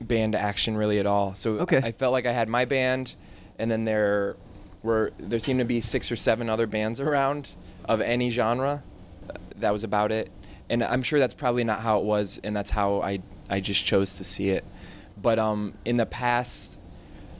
S4: band action really at all. So
S2: Okay.
S4: I felt like I had my band, and then there were there seemed to be six or seven other bands around of any genre. Uh, That was about it, and I'm sure that's probably not how it was, and that's how I I just chose to see it. But um, in the past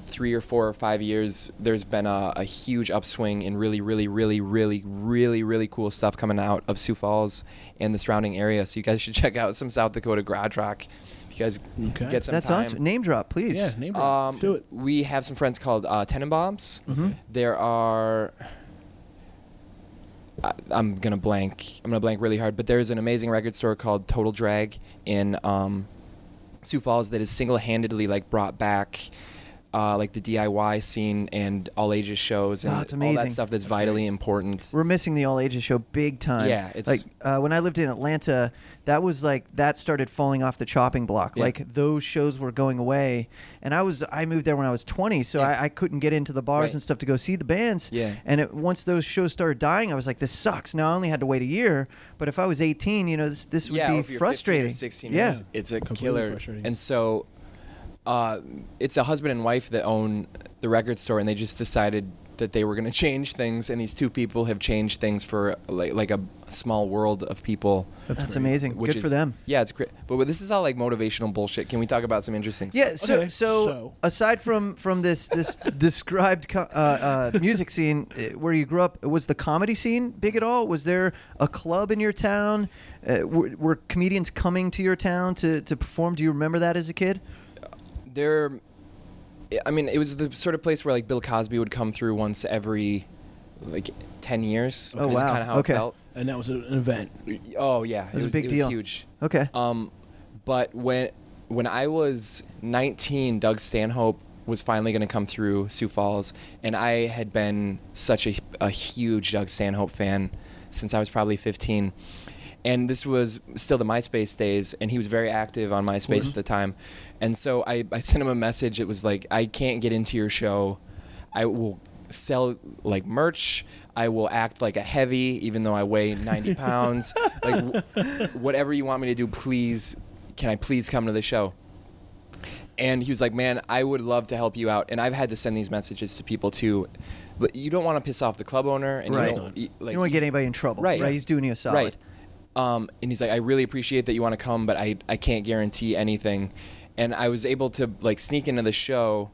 S4: three or four or five years, there's been a, a huge upswing in really, really, really, really, really, really cool stuff coming out of Sioux Falls and the surrounding area. So you guys should [laughs] check out some South Dakota garage rock. If you guys
S3: Okay.
S4: get some
S2: That's
S4: time.
S2: awesome. Name drop, please.
S3: yeah, neighbor,
S4: Um,
S3: do it. Mm-hmm.
S4: We have some friends called uh, Tenenbaums.
S2: Mhm.
S4: There are. I, I'm gonna blank. I'm gonna blank really hard. But there's an amazing record store called Total Drag in um, Sioux Falls that has single-handedly like brought back. Uh, like the DIY scene and all ages shows and
S2: Oh, it's
S4: all
S2: amazing.
S4: that stuff that's, vitally important.
S2: We're missing the all ages show big time.
S4: Yeah, it's-
S2: like uh, when I lived in Atlanta, that was like that started falling off the chopping block.
S4: Yeah.
S2: Like those shows were going away, and I was I moved there when I was twenty, so I, I couldn't get into the bars
S4: Right.
S2: and stuff to go see the bands.
S4: Yeah.
S2: and it, once those shows started dying, I was like, this sucks. Now I only had to wait a year, but if I was eighteen, you know, this this would
S4: yeah, or if
S2: be
S4: you're 15 or
S2: frustrating.
S4: 16,
S2: yeah,
S4: it's, it's a
S3: Completely
S4: killer.
S3: frustrating.
S4: And so, uh, it's a husband and wife that own the record store, and they just decided that they were going to [laughs] change things. And these two people have changed things for like, like a small world of people.
S2: that's
S3: great.
S2: amazing.
S4: which
S2: Good for
S4: is-
S2: them.
S4: Yeah, it's great. But this is all like motivational bullshit. Can we talk about some interesting? stuff?
S2: Yeah. So,
S3: Okay,
S2: so,
S3: so.
S2: aside from from this
S3: [laughs]
S2: this described co- uh, uh, music scene uh, where you grew up, was the comedy scene big at all? Was there a club in your town? Uh, were, were comedians coming to your town to to perform? Do you remember that as a kid?
S4: Uh, there i mean it was the sort of place where like bill cosby would come through once every like 10 years
S2: Oh,
S4: is
S2: wow.
S4: kind of how
S2: Okay.
S4: it felt
S3: and that was an event.
S4: oh yeah
S2: was a
S4: it was
S2: big
S4: it
S2: deal.
S4: was huge
S2: Okay.
S4: um but when when i was 19 doug stanhope was finally going to come through sioux falls and i had been such a, a huge doug stanhope fan since i was probably 15 and this was still the MySpace days, and he was very active on MySpace
S2: Mm-hmm.
S4: at the time. And so I, I sent him a message. It was like, I can't get into your show. I will sell like merch. I will act like a heavy, even though I
S2: [laughs]
S4: weigh 90 pounds. like, wh- whatever you want me to do, please, can I please come to the show? and he was like, "Man, I would love to help you out." And I've had to send these messages to people too, but you don't want to piss off the club owner, and
S2: Right.
S4: you don't,
S2: You
S4: you, like,
S2: don't wanna get anybody in trouble,
S4: right?
S2: right? He's doing you a solid.
S4: Right. Um, and he's like, "I really appreciate that you want to come, but I I can't guarantee anything." And I was able to like sneak into the show,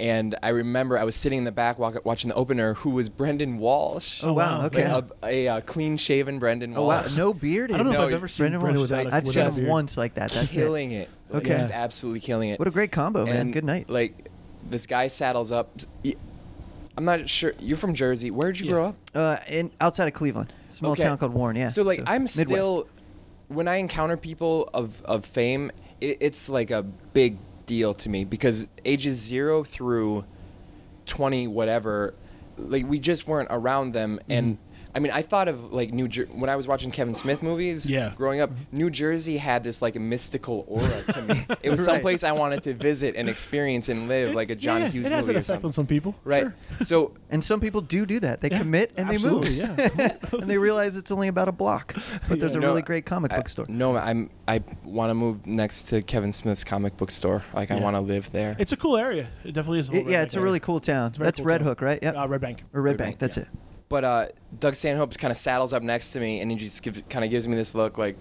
S4: and I remember I was sitting in the back wa- watching the opener, who was Brendan Walsh.
S2: Oh wow.
S3: wow.
S2: Okay.
S3: yeah.
S4: Like, a, a, uh, clean-shaven Brendan
S2: oh wow.
S4: Walsh.
S2: No [laughs] beard.
S3: I don't know
S4: No,
S3: if I've
S4: you-
S3: ever seen
S2: Brendan
S3: Brendan,
S2: Walsh.
S3: without, a-
S2: I've seen
S3: without
S2: him
S3: a beard.
S2: once like that. That's it.
S4: killing it. Like,
S2: Okay.
S4: just absolutely killing it.
S2: What a great combo, man.
S4: And,
S2: Good night.
S4: Like, this guy saddles up. y- I'm not sure. You're from Jersey. Where'd you grow up?
S2: uh, in outside of Cleveland, small
S4: Okay.
S2: town called Warren. Yeah.
S4: So like, I'm
S2: Midwest.
S4: still when I encounter people of of fame, it, it's like a big deal to me because ages zero through twenty, whatever, like we just weren't around them
S3: Mm-hmm.
S4: and. I mean, I thought of like New Jer- when I was watching Kevin Smith movies.
S3: Yeah. Mm-hmm.
S4: Growing up, New Jersey had this like a mystical aura
S2: [laughs]
S4: to me. It was
S2: Right.
S4: someplace I wanted to visit and experience and live, like a John
S3: yeah,
S4: Hughes
S3: It
S4: movie
S3: has an
S4: or
S3: effect
S4: something.
S3: on some people,
S4: right.
S3: Sure.
S4: So
S2: And some people do do that. They commit and they move.
S3: absolutely, yeah.
S2: [laughs] and they realize it's only about a block. [laughs] But there's a
S4: No,
S2: really great comic
S4: I-
S2: book store.
S4: No, I'm I want to move next to Kevin Smith's comic book store. Like I
S3: Yeah.
S4: want to live there.
S3: [laughs] It's a cool area. It definitely is. A whole
S2: It-
S3: Red
S2: yeah,
S3: Bank
S2: it's a
S3: area.
S2: really cool town.
S3: It's a very
S2: That's
S3: cool
S2: Red
S3: town.
S2: Hook, right? Yep.
S3: Uh, Red Bank.
S2: or Red,
S4: Red
S2: Bank.
S4: Bank,
S2: That's
S4: yeah.
S2: it.
S4: but uh, Doug Stanhope kind of saddles up next to me, and he just give, kind of gives me this look, like,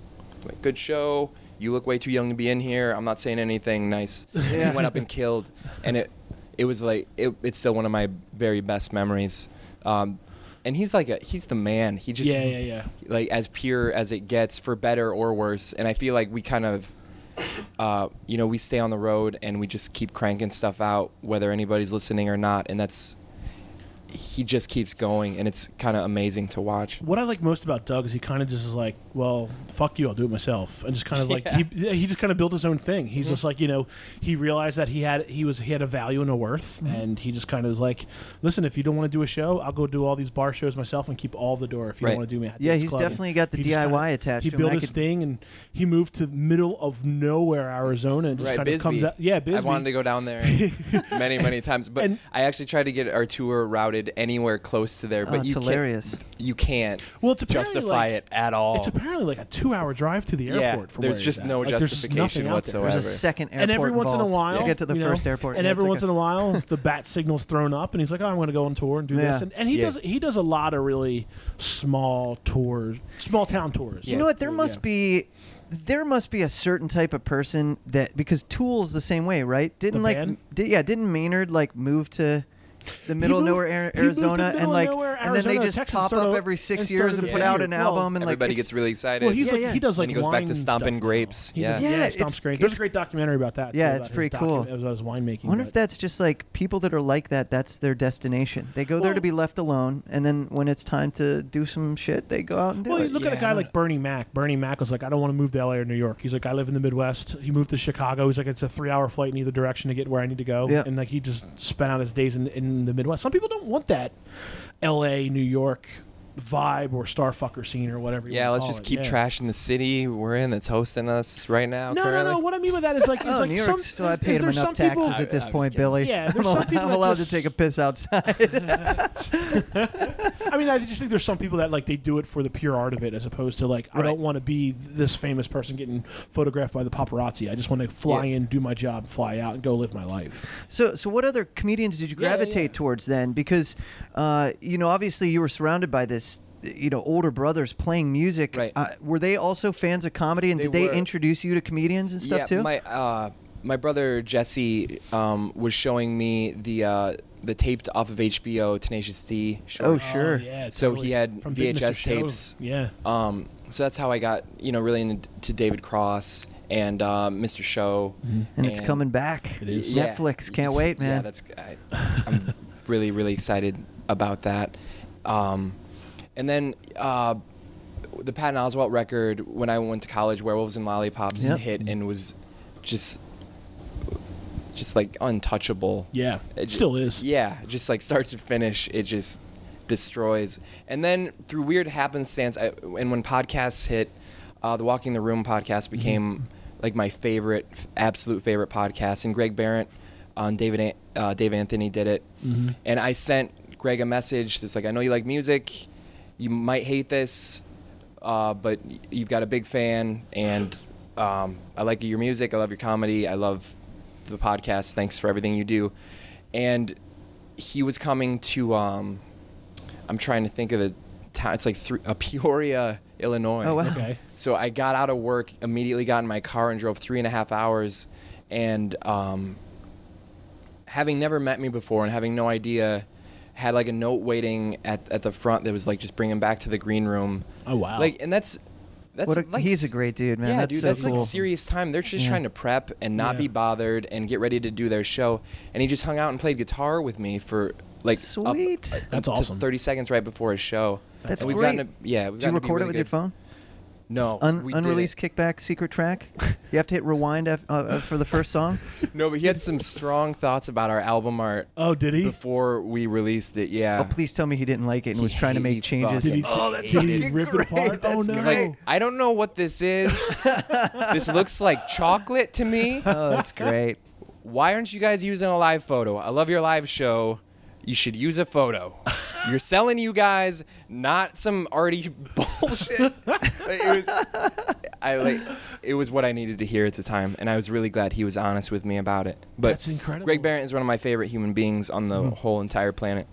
S4: like good show. You look way too young to be in here. I'm not saying anything nice.
S2: [laughs]
S4: And
S2: Yeah.
S4: He went up and killed, and it it was like it, it's still one of my very best memories. Um, and he's like a he's the man. He just
S3: Yeah, yeah, yeah.
S4: like as pure as it gets for better or worse and i feel like we kind of uh, you know we stay on the road and we just keep cranking stuff out whether anybody's listening or not and that's he just keeps going, and it's kind of amazing to watch.
S3: What I like most about Doug is he kind of just is like, well, fuck you, I'll do it myself, and just
S2: [laughs]
S3: kind of like he he just kind of built his own thing.
S2: Mm-hmm.
S3: He's just like you know he realized that he had he was he had a value and a worth,
S2: Mm-hmm.
S3: and he just kind of was like, listen, if you don't want to do a show, I'll go do all these bar shows myself and keep all the door. If you
S4: Right.
S3: don't want to do me,
S2: Yeah,
S3: this
S2: he's
S3: club. And
S2: definitely got the
S3: he just kinda-
S2: DIY attached
S3: He
S2: to him.
S3: built
S2: I
S3: his
S2: could-
S3: thing, and he moved to the middle of nowhere, Arizona, and just
S4: Right,
S3: kind of
S4: Bisbee.
S3: comes out. Yeah, Bisbee.
S4: I wanted to go down there
S3: [laughs]
S4: many, many times, but
S3: And-
S4: I actually tried to get our tour routed anywhere close to there.
S2: Oh,
S4: But
S2: it's
S4: you
S2: hilarious.
S4: Can't, you can't.
S3: Well, it's apparently, like-
S4: justify it at all.
S3: It's apparently like a two-hour drive to the
S4: Yeah,
S3: airport. from
S4: there's
S3: where
S4: just
S3: he's at.
S4: no
S3: Like, there's just
S4: justification
S3: nothing out there.
S4: whatsoever.
S2: There's a second airport
S3: and every once in a
S2: involved
S3: while
S2: to get to the
S3: you know,
S2: first airport.
S3: and
S2: yeah,
S3: every
S2: it's like
S3: once
S2: a-
S3: in a while the bat signal's thrown up and he's like oh i'm going to go on tour and do
S2: Yeah.
S3: this and, and he
S4: Yeah.
S3: does he does a lot of really small tours small town tours
S2: You know what? There must
S3: Yeah.
S2: be there must be a certain type of person that because Tool's the same way, right? Didn't
S3: The
S2: like
S3: band?
S2: di- yeah, didn't Maynard like move to the middle
S3: moved-
S2: of nowhere Ar-
S3: he moved to
S2: Arizona
S3: middle
S2: and
S3: of
S2: like
S3: nowhere,
S2: and then they
S3: Arizona,
S2: just
S3: Texas,
S2: pop
S3: started-
S2: up every 6
S3: and
S2: years
S3: started
S2: and
S3: a
S2: put
S4: band.
S2: out an
S3: Well,
S2: album and like
S4: Everybody
S2: it's-
S4: gets really excited.
S3: well, he's
S2: Yeah,
S3: like
S2: yeah.
S3: he does like
S4: And he goes back
S3: wine
S4: to Stompin'
S3: stuff now.
S4: Grapes.
S3: He
S4: Yeah.
S3: does-
S2: Yeah,
S3: yeah,
S2: it's-
S3: Stomps Grapes.
S2: that's-
S3: There's a great documentary about that. too,
S2: Yeah,
S3: about
S2: it's
S3: his
S2: pretty
S3: docu-
S2: cool.
S3: About his winemaking.
S2: I wonder
S3: but-
S2: if that's just like people that are like that. That's their destination. They go there to
S3: Well-
S2: be left alone, and then when it's time to do some shit, they go out and do
S3: Well, you
S2: it.
S3: look at
S4: Yeah,
S3: a
S4: I
S3: guy
S4: don't-
S3: like Bernie Mac. Bernie Mac was like, I don't want to move to LA or New York. He's like, I live in the Midwest. He moved to Chicago. He's like, it's a three hour flight in either direction to get where I need to go.
S2: Yeah.
S3: And like, he just spent out his days in, in the Midwest. Some people don't want that LA, New York vibe or starfucker scene or whatever. You wanna
S4: yeah, let's
S3: call
S4: just
S3: it.
S4: keep
S3: yeah.
S4: trashing the city we're in that's hosting us right now.
S3: No, no,
S4: currently.
S3: no. What I mean by that
S2: [laughs]
S3: is like, is
S2: Oh,
S3: like
S2: New
S3: some,
S2: York. So I
S3: is- is
S2: paid him
S3: there some
S2: enough
S3: people-
S2: taxes at this
S4: I was
S2: point,
S4: kidding.
S2: Billy. [laughs]
S3: Yeah,
S2: I'm,
S3: there's some people that
S2: allowed
S3: just-
S2: to take a piss
S3: [laughs]
S2: outside.
S3: I mean, I just think there's some people that like they do it for the pure art of it, as opposed to like I
S2: Right.
S3: don't want to be this famous person getting photographed by the paparazzi. I just want to fly
S4: Yeah.
S3: in, do my job, fly out, and go live my life.
S2: So, so what other comedians did you
S3: Yeah, yeah,
S2: gravitate
S3: yeah.
S2: towards then? Because, uh, you know, obviously you were surrounded by this, you know, older brothers playing music.
S4: Right.
S2: Uh, were they also fans of comedy, and
S4: They
S2: did they
S4: were.
S2: introduce you to comedians and stuff
S4: yeah,
S2: too?
S4: My uh, my brother Jesse um, was showing me the uh, the taped off of HBO Tenacious D.
S2: oh,
S4: short.
S2: sure.
S3: yeah,
S4: So
S3: totally.
S4: he had
S3: From Big Mr.
S4: VHS
S3: Show.
S4: tapes.
S3: Yeah.
S4: Um, so that's how I got you know really into David Cross and uh, Mr. Show.
S3: Mm-hmm.
S2: and it's coming back.
S3: It is.
S4: Yeah.
S2: Netflix. Can't wait, man.
S4: Yeah, that's I, I'm really really excited about that. Um, and then uh, the Patton Oswalt record when I went to college, Werewolves and Lollipops
S2: Yep.
S4: hit and was just just like untouchable.
S3: Yeah.
S4: It ju-
S3: Still is.
S4: uh, Yeah, just like start to finish, it just destroys. And then through weird happenstance, I, and when podcasts hit, uh, the Walking the Room podcast
S3: Mm-hmm.
S4: became like my favorite, f- absolute favorite podcast. And Greg Barrett on David An- uh, Dave Anthony did it,
S3: Mm-hmm.
S4: and I sent Greg a message that's like, I know you like music, you might hate this, uh, but y- you've got a big fan, and um, I like your music. I love your comedy. I love the podcast. Thanks for everything you do. And he was coming to, um, I'm trying to think of the town. It's like thr- uh, Peoria, Illinois.
S2: Oh, wow.
S3: Okay.
S4: So I got out of work, immediately got in my car, and drove three and a half hours. And um, having never met me before and having no idea, had like a note waiting at, at the front that was like just bring him back to the green room.
S3: Oh, wow.
S4: Like and that's that's
S2: What a-
S4: like
S2: he's a
S4: s-
S2: great dude, man.
S4: Yeah,
S2: That's
S4: dude,
S2: so
S4: that's
S2: cool.
S4: like serious time. They're just
S2: Yeah.
S4: trying to prep and not
S3: Yeah.
S4: be bothered and get ready to do their show. And he just hung out and played guitar with me for like up-
S2: Sweet.
S4: uh,
S3: That's
S4: to
S3: awesome.
S4: Thirty seconds right before his show.
S2: That's
S4: And we've
S2: great.
S4: gotten to- yeah, we've
S2: Did you
S4: gotten to be
S2: record it
S4: really
S2: with your
S4: good-
S2: phone?
S4: No,
S2: Un-
S4: we did it.
S2: unreleased kickback secret track. You have to hit rewind af- uh, uh, for the first
S4: [laughs]
S2: song.
S4: No, but he had some strong thoughts about our album art
S3: Oh, did he?
S4: before we released it.
S2: Oh,
S4: Yeah.
S2: please tell me he didn't like it and
S4: He
S2: was trying to make
S4: hated
S2: changes.
S4: fucking-
S3: Did he,
S4: Oh, that's
S3: did he
S4: fucking
S3: rip it apart? oh
S2: That's
S3: no.
S4: He's like, I don't know what
S2: [laughs]
S4: this is. this looks like chocolate to me.
S2: oh, that's great.
S4: Why aren't you guys using a live photo? I love your live show. You should use a photo. You're selling you guys, not some arty [laughs] bullshit. Like, it was, I like, it was what I needed to hear at the time, and I was really glad he was honest with me about it. But
S3: That's incredible.
S4: Greg Barrett is one of my favorite human beings on the whole entire planet.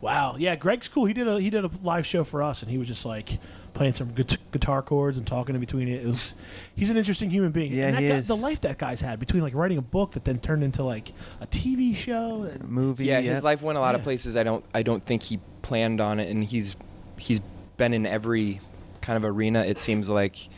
S3: Wow. Yeah, Greg's cool. He did a he did a live show for us, and he was just like playing some gut- guitar chords and talking in between it. It was he's an interesting human being.
S2: Yeah,
S3: and that
S2: he
S3: guy,
S2: is.
S3: The life that guy's had between like writing a book that then turned into like a TV show. and-
S2: Movie.
S4: yeah, his
S2: yep.
S4: life went a lot of
S3: Yeah.
S4: places. I don't I don't think he planned on it, and he's he's been in every kind of arena. It seems like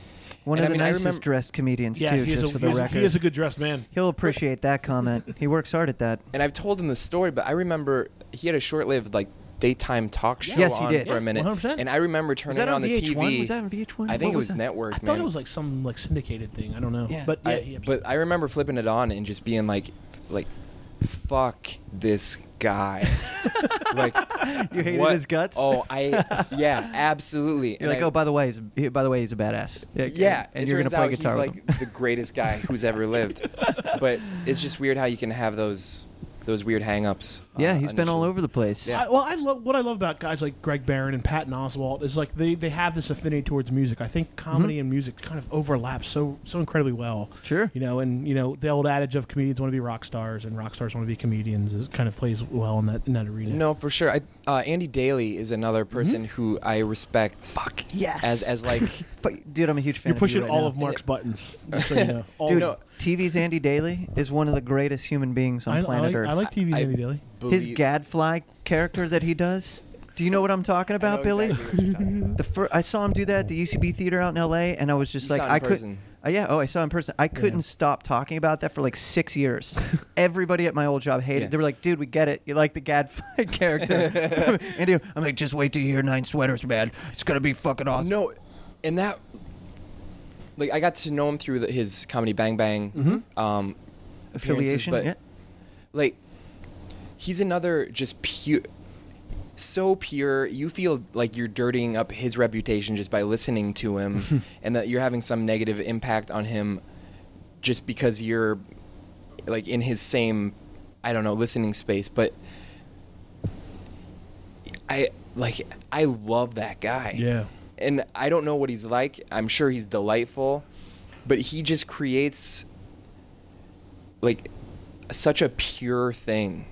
S2: One
S4: And
S2: of
S4: I
S2: the
S4: mean, I
S2: nicest
S4: remember-
S2: dressed comedians
S3: Yeah,
S2: too,
S3: he, is
S2: just
S3: a,
S2: for
S3: he,
S2: the
S3: is a,
S2: record.
S3: he is a good dressed man.
S2: He'll
S4: [laughs]
S2: appreciate that comment. he works hard at that.
S4: and I've told him the story, but I remember he had a short-lived like daytime talk show
S2: Yes, he
S4: on
S2: did.
S4: for
S2: Yeah,
S4: a minute.
S3: 100%.
S4: And I remember turning
S2: Was that
S4: it on,
S2: on
S4: the
S2: VH1?
S4: TV.
S2: Was that on VH1?
S4: I think
S2: What
S4: it
S2: was
S4: was
S2: that?
S4: network.
S3: I thought it
S4: man.
S3: was like some like syndicated thing. I don't know.
S2: Yeah.
S3: But yeah,
S4: I-
S3: he- [laughs]
S4: but I remember flipping it on and just being like, like, fuck this
S2: [laughs]
S4: guy. like
S2: You hated
S4: what-
S2: his guts?
S4: Oh,
S2: [laughs]
S4: I yeah, absolutely.
S2: You're
S4: And
S2: like,
S4: I-
S2: oh, by the way, he's he- by the way, he's a badass.
S4: yeah,
S2: and
S4: it
S2: you're gonna
S4: turns
S2: play
S4: out
S2: guitar
S4: he's
S2: with
S4: like
S2: him.
S4: the greatest guy who's ever lived. but it's just weird how you can have those those weird
S2: [laughs]
S4: hangups. uh,
S2: yeah,
S4: he's
S2: he's been all over the place.
S4: Yeah.
S3: I, well, I love what I love about guys like Greg Barron and Patton Oswalt is like they, they have this affinity towards music. I think
S2: Mm-hmm.
S3: comedy and music kind of overlap so so incredibly well.
S2: Sure.
S3: you know, and you know the old adage of comedians want to be rock stars and rock stars want to be comedians is kind of plays well in that in that arena.
S4: No, for sure. I, uh, Andy Daly is another person who I respect.
S2: Mm-hmm. Fuck yes.
S4: As as like
S2: But, dude, I'm a huge fan.
S3: you're pushing
S2: of you right
S3: all
S2: now.
S3: of
S2: [laughs]
S3: Mark's buttons. just so you know. All
S2: Dude,
S4: Oh, No.
S2: TV's Andy Daly is one of the greatest human beings on
S3: I, I
S2: planet
S3: like,
S2: Earth.
S3: I like TV's
S4: I-
S2: [laughs]
S3: Andy Daily.
S2: [laughs] his
S4: believe-
S2: gadfly character that he does. Do you know what I'm talking
S4: I know
S2: about, Billy?
S4: exactly what you're talking about.
S2: The fir- I saw him do that at the UCB theater out in LA, and I was just
S4: You
S2: like,
S4: saw it in
S2: I could,
S4: person.
S2: uh, yeah, oh, I saw him in person. I couldn't stop talking about that for like six
S3: [laughs]
S2: years. Everybody at my old job hated.
S4: Yeah.
S2: it. They were like, "Dude, we get it. You like the gadfly [laughs]
S4: [laughs]
S2: character." and he- I'm like, "Just wait till you hear Nine Sweaters, man. It's gonna be fucking awesome."
S4: No, and that like I got to know him through the, his comedy Bang Bang um, appearances,
S2: Mm-hmm. affiliation.
S4: but
S2: Yeah.
S4: like he's another just pure, so pure. You feel like you're dirtying up his reputation just by listening to him, and that you're having some negative impact on him just because you're like in his same I don't know listening space, but. I like I love that guy
S3: Yeah.
S4: and I don't know what he's like. I'm sure he's delightful, but he just creates like such a pure thing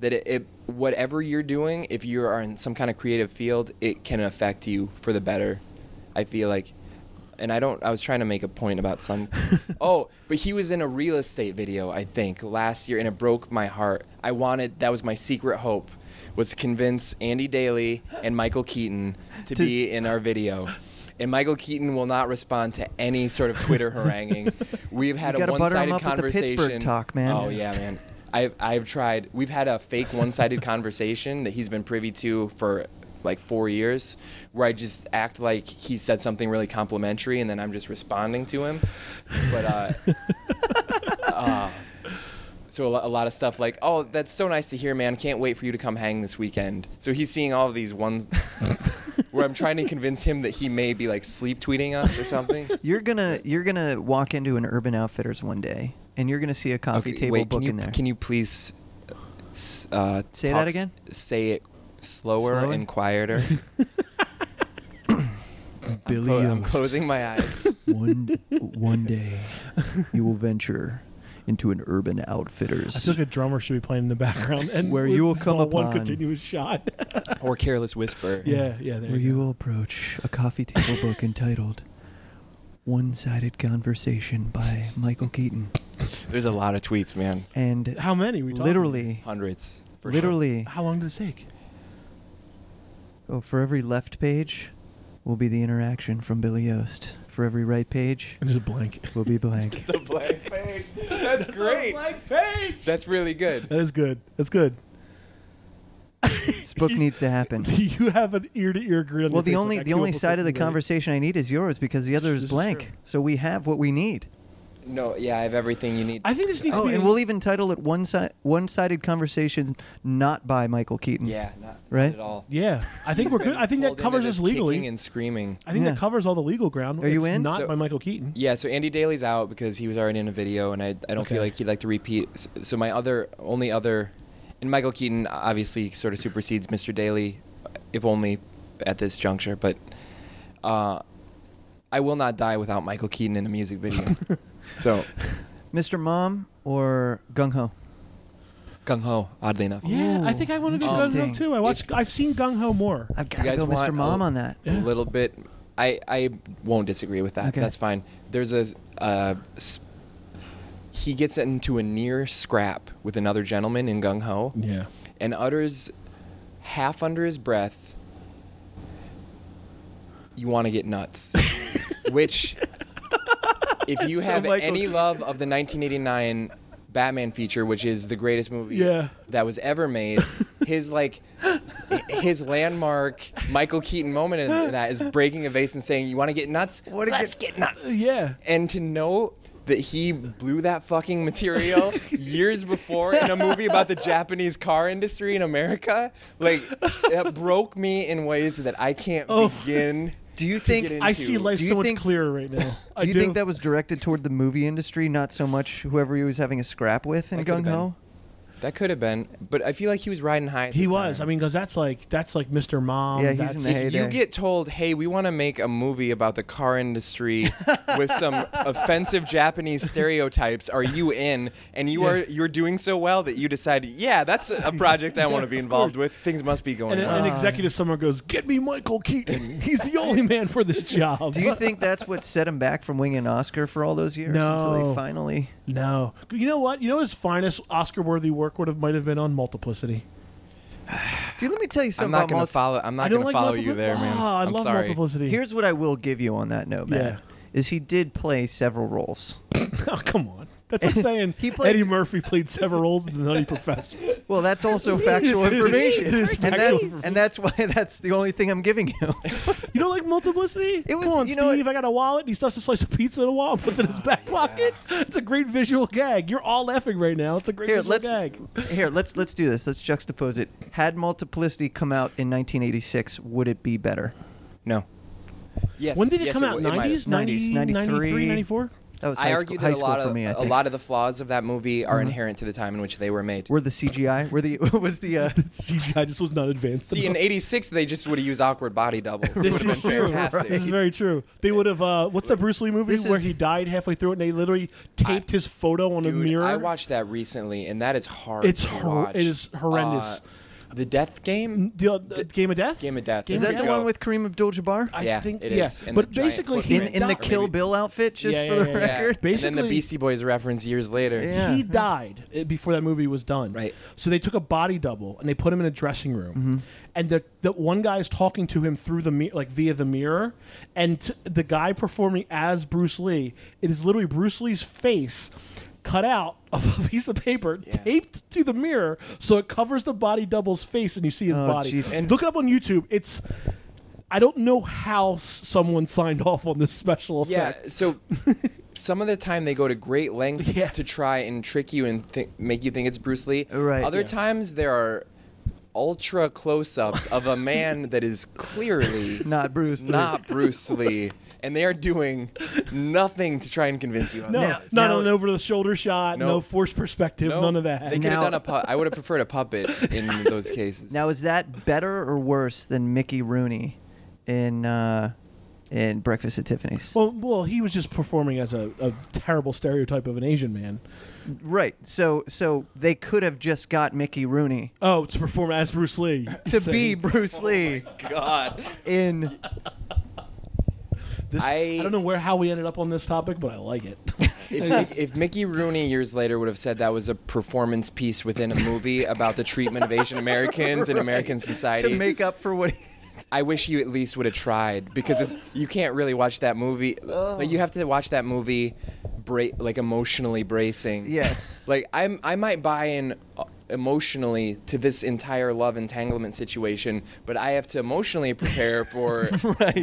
S4: that it, it whatever you're doing, if you are in some kind of creative field, it can affect you for the better. I feel like and I don't I was trying to make a point about some Oh, but he was in a real estate video, I think, last year and it broke my heart. I wanted that was my secret hope was to convince Andy Daly and Michael Keaton to,
S2: To-
S4: be in our video. And Michael Keaton will not respond to any sort of Twitter haranguing. We've had
S2: You
S4: a
S2: gotta butter him
S4: one-sided
S2: up with the
S4: conversation.
S2: Pittsburgh talk, man.
S4: Oh yeah, man. I I've tried. We've had a fake one-sided [laughs] conversation that he's been privy to for like 4 years where I just act like he said something really complimentary and then I'm just responding to him.
S3: [laughs]
S4: But uh [laughs] uh, so a, lo- a lot of stuff like, "Oh, that's so nice to hear, man. Can't wait for you to come hang this weekend." So he's seeing all of these ones [laughs] where I'm trying to convince him that he may be like sleep tweeting us
S2: [laughs]
S4: or something.
S2: You're gonna you're gonna walk into an Urban Outfitters one day, and you're gonna see a coffee
S4: Okay,
S2: table
S4: wait,
S2: book
S4: can you,
S2: in there.
S4: Can you please s- uh,
S2: Say
S4: talk
S2: that again?
S4: s- say it slower,
S2: Slower?
S3: [laughs]
S4: and quieter.
S2: Billy
S4: Clo- I'm
S2: Yost.
S4: closing
S3: [laughs]
S4: my eyes.
S2: one one day [laughs] you will venture into an urban
S3: I
S2: outfitters
S3: feel like a drummer should be playing in the background, and
S2: Where you will
S3: it's
S2: come
S3: all one
S2: upon- [laughs]
S3: continuous shot.
S4: or careless whisper.
S3: [laughs] yeah, yeah. There
S2: where
S3: you
S2: you
S3: go.
S2: will approach a coffee table book entitled one-sided conversation by michael keaton
S4: There's a lot of tweets, man.
S2: and
S3: How many? we talking?
S2: literally
S4: Hundreds. For sure.
S2: literally
S3: How long did it take?
S2: oh, for every left page will be the interaction from billy yost for every right page
S3: It was a blank.
S2: will [laughs] be
S3: [laughs]
S2: blank
S4: The blank [laughs] page. That's great. That's really good.
S3: That is good.
S2: [laughs]
S3: That's good.
S2: this
S3: [laughs]
S2: book needs to happen
S3: You have an ear to ear grin. on
S2: well
S3: your face,
S2: the only
S3: like, I
S2: the
S3: grew
S2: only
S3: up with
S2: side of the
S3: something great.
S2: conversation i need is yours because the other
S3: This
S2: is
S3: is
S2: blank
S3: true.
S2: so we have what we need
S4: No, yeah, I have everything you need.
S3: I think this needs to
S2: Oh,
S3: be.
S2: and
S3: a-
S2: we'll even title it one si- one-sided conversations not by Michael Keaton.
S3: [laughs]
S4: yeah, not,
S2: Right?
S4: not at all.
S3: yeah, I think
S4: He's
S3: we're good.
S4: been
S3: I think that
S4: pulled into
S3: covers
S4: this
S3: us
S4: Kicking
S3: legally.
S4: and screaming.
S3: I think
S2: Yeah.
S3: that covers all the legal ground.
S2: Are you
S3: It's
S2: in?
S3: Not
S4: So-
S3: by Michael Keaton.
S4: Yeah, so Andy Daly's out because he was already in a video, and I, I don't
S3: Okay.
S4: feel like he'd like to repeat. S- So my other only other, and Michael Keaton obviously sort of supersedes Mr. Daly, uh, if only at this juncture. But uh, I will not die without Michael Keaton in a music
S3: [laughs]
S4: video. so
S2: Mr. Mom or Gung Ho?
S4: gung ho, oddly enough.
S3: Yeah, I
S2: Ooh,
S3: think I want to do Gung Ho
S2: Oh, interesting.
S3: too. I watched. I've seen Gung Ho more.
S2: I've got to
S4: guys
S2: go
S4: want
S2: Mr.
S4: a-
S2: Mom on that.
S4: a little bit. I, I won't disagree with that.
S2: Okay.
S4: That's fine. There's a uh, sp- he gets into a near scrap with another gentleman in Gung Ho,
S3: Yeah.
S4: and utters half under his breath, "You want to
S3: [laughs]
S4: get nuts," which, if you
S3: So
S4: have
S3: Michael-
S4: any love of the 1989 Batman feature, which is the greatest movie
S3: Yeah. [laughs]
S4: that was ever made, his like his landmark Michael Keaton moment in in that is breaking a vase and saying, "You want to get nuts?
S2: What a
S4: Let's
S2: good-
S4: get nuts."
S3: Yeah.
S4: And to know that he blew that
S3: [laughs]
S4: fucking material years before in a movie about the Japanese car industry in America, like that broke me in ways that I can't
S3: Oh.
S4: begin.
S2: Do you
S4: to
S2: think-
S4: get
S3: I see
S4: into.
S3: life
S2: Do
S3: so
S2: you
S3: much
S2: think- [laughs]
S3: clearer right now. I
S2: Do you think that was directed toward the movie industry, not so much whoever he was having a scrap with in
S4: That could've
S2: Gung Ho?
S4: That could have been, but I feel like he was riding high. At
S3: he
S4: the
S3: was.
S4: time.
S3: I mean, because that's like that's like Mr. Mom.
S2: Yeah, he's
S3: that's,
S2: in the
S4: If you
S2: heyday.
S4: get told, "Hey, we want to make a movie about the
S3: [laughs]
S4: car industry with some offensive Japanese stereotypes," are you in? And you
S3: Yeah.
S4: are you're doing so well that you decide, "Yeah, that's
S3: [laughs]
S4: a project I want to be involved with. Things must be going
S3: And
S4: on."
S3: an executive somewhere goes, "Get me
S2: [laughs]
S3: Michael Keaton. He's the only man for this job."
S2: Do you think that's what set him back from winning an Oscar for all those years until
S3: [laughs] No.
S2: he finally?
S3: [laughs] No. You know what? You know his finest Oscar-worthy work would have might have been on Multiplicity.
S2: Dude, let me tell you
S4: I'm
S2: something
S4: not
S2: about
S4: gonna
S2: multi-
S4: follow. I'm
S3: I
S4: not
S3: don't
S4: gonna
S3: like
S4: follow
S3: multipli-
S4: you there, man.
S3: Ah, I
S4: am
S3: love
S4: sorry.
S3: Multiplicity.
S2: Here's what I will give you on that note, Matt.
S3: Yeah.
S2: Is he did play several roles?
S3: [laughs] oh, come on.
S2: [laughs]
S3: That's like saying
S2: He played-
S3: Eddie Murphy played several roles in The Nutty Professor.
S2: Well, that's [laughs] also factual
S3: It is-
S2: information,
S3: it is
S2: and,
S3: factual
S2: that's, and that's why [laughs] that's the only thing I'm giving you.
S3: You don't like multiplicity?
S2: It was-
S3: Come on,
S2: you know what-
S3: Steve. I got a wallet. And he stuffs a slice of pizza in a wall and puts it in
S2: [laughs]
S3: his back pocket. It's a great visual gag. You're all laughing right now. It's a
S2: [laughs]
S3: great
S2: Here,
S3: visual
S2: let's
S3: gag.
S2: here let's let's do this. Let's juxtapose it. Had Multiplicity come out in 1986, would it be better?
S4: No. Yes.
S3: When did it
S4: yes,
S3: come out?
S4: w- it might have.
S3: 90s? 90s?
S2: 93?
S3: [laughs] 94?
S2: That was high
S4: I
S2: school,
S4: argue
S2: high
S4: that a
S2: school
S4: lot
S2: for
S4: of
S2: me. I
S4: a
S2: think.
S4: lot of the flaws of that movie
S3: Uh-huh.
S4: are inherent to the time in which they were made.
S2: Were the CGI? Were the [laughs] was the uh,
S3: CGI just was not advanced.
S4: See, in
S3: enough.
S4: '86, they just would have used awkward body doubles.
S3: [laughs]
S4: It
S3: This
S4: [laughs] would have
S3: is
S4: been
S3: true.
S4: fantastic.
S3: This is very true. They would have. Uh, what's that Bruce Lee movie
S2: This
S3: where
S2: is-
S3: he died halfway through it and they literally taped his photo on a
S4: Dude,
S3: mirror?
S4: I watched that recently, and that is hard.
S3: It's
S4: to
S3: hor-
S4: watch.
S3: it is horrendous.
S4: Uh, the Death Game.
S3: the, uh, Game of Death.
S4: Game of Death.
S3: Game
S2: is
S3: of
S2: that the
S3: Death?
S2: one with Kareem Abdul-Jabbar
S3: I
S4: Yeah,
S3: think
S4: it
S3: yeah.
S4: is, and
S3: But
S4: the giant
S3: basically, he
S2: in
S4: footprint.
S2: in the
S3: died.
S2: Kill Bill outfit? Just
S3: Yeah,
S2: for the
S3: yeah, yeah.
S2: record.
S4: Yeah. and then
S3: Basically-
S4: the Beastie Boys reference years later.
S2: Yeah.
S3: He died uh, before that movie was done.
S4: Right.
S3: So they took a body double and they put him in a dressing room, and the, the one guy is talking to him through the mirror, like via the mirror, and t- the guy performing as Bruce Lee, it is literally Bruce Lee's face. Cut out [laughs] of a piece of paper, taped to the mirror, so it covers the body double's face, and you see his
S2: Oh,
S3: body.
S2: geez.
S3: And look it up on YouTube. It's I don't know how s- someone signed off on this special
S4: Yeah,
S2: [laughs]
S3: effect.
S4: so some of the time they go to great lengths to try and trick you and th- make you think it's Bruce Lee.
S2: Right.
S4: Other
S2: Yeah.
S4: times there are ultra close-ups of
S2: [laughs]
S4: a man that is clearly
S2: Not Bruce Lee.
S4: not Bruce Lee, and they are doing nothing to try and convince you.
S3: No,
S2: Now-
S3: not
S2: now-
S3: an over the shoulder shot, no
S4: Nope.
S3: forced perspective, none of that.
S4: They could
S2: Now-
S4: have done a. Pu- I would have preferred a puppet
S2: [laughs]
S4: in those cases.
S2: Now is that better or worse than Mickey Rooney in uh, in Breakfast at Tiffany's?
S3: Well, well, he was just performing as a, a terrible stereotype of an Asian man.
S2: Right. So so they could have just got Mickey Rooney
S3: Oh, to perform as Bruce Lee.
S2: [laughs] to
S3: So
S2: be Bruce
S3: Oh
S2: Lee
S4: God.
S2: in
S3: this, I,
S4: I-
S3: don't know where how we ended up on this topic, but I
S2: [laughs]
S3: like it.
S4: If, Mick- if Mickey Rooney years later would have said that was a performance piece within a movie about the treatment of Asian Americans in American
S2: [laughs] to
S4: society,
S2: make up for what
S3: [laughs]
S2: he
S4: I wish you at least would have tried because it's, you can't really watch that movie. Like you have to watch that movie, bra- like emotionally bracing.
S2: Yes.
S4: Like I'm, I might buy in uh, emotionally to this entire love entanglement situation, but I have to emotionally
S2: [laughs]
S4: prepare for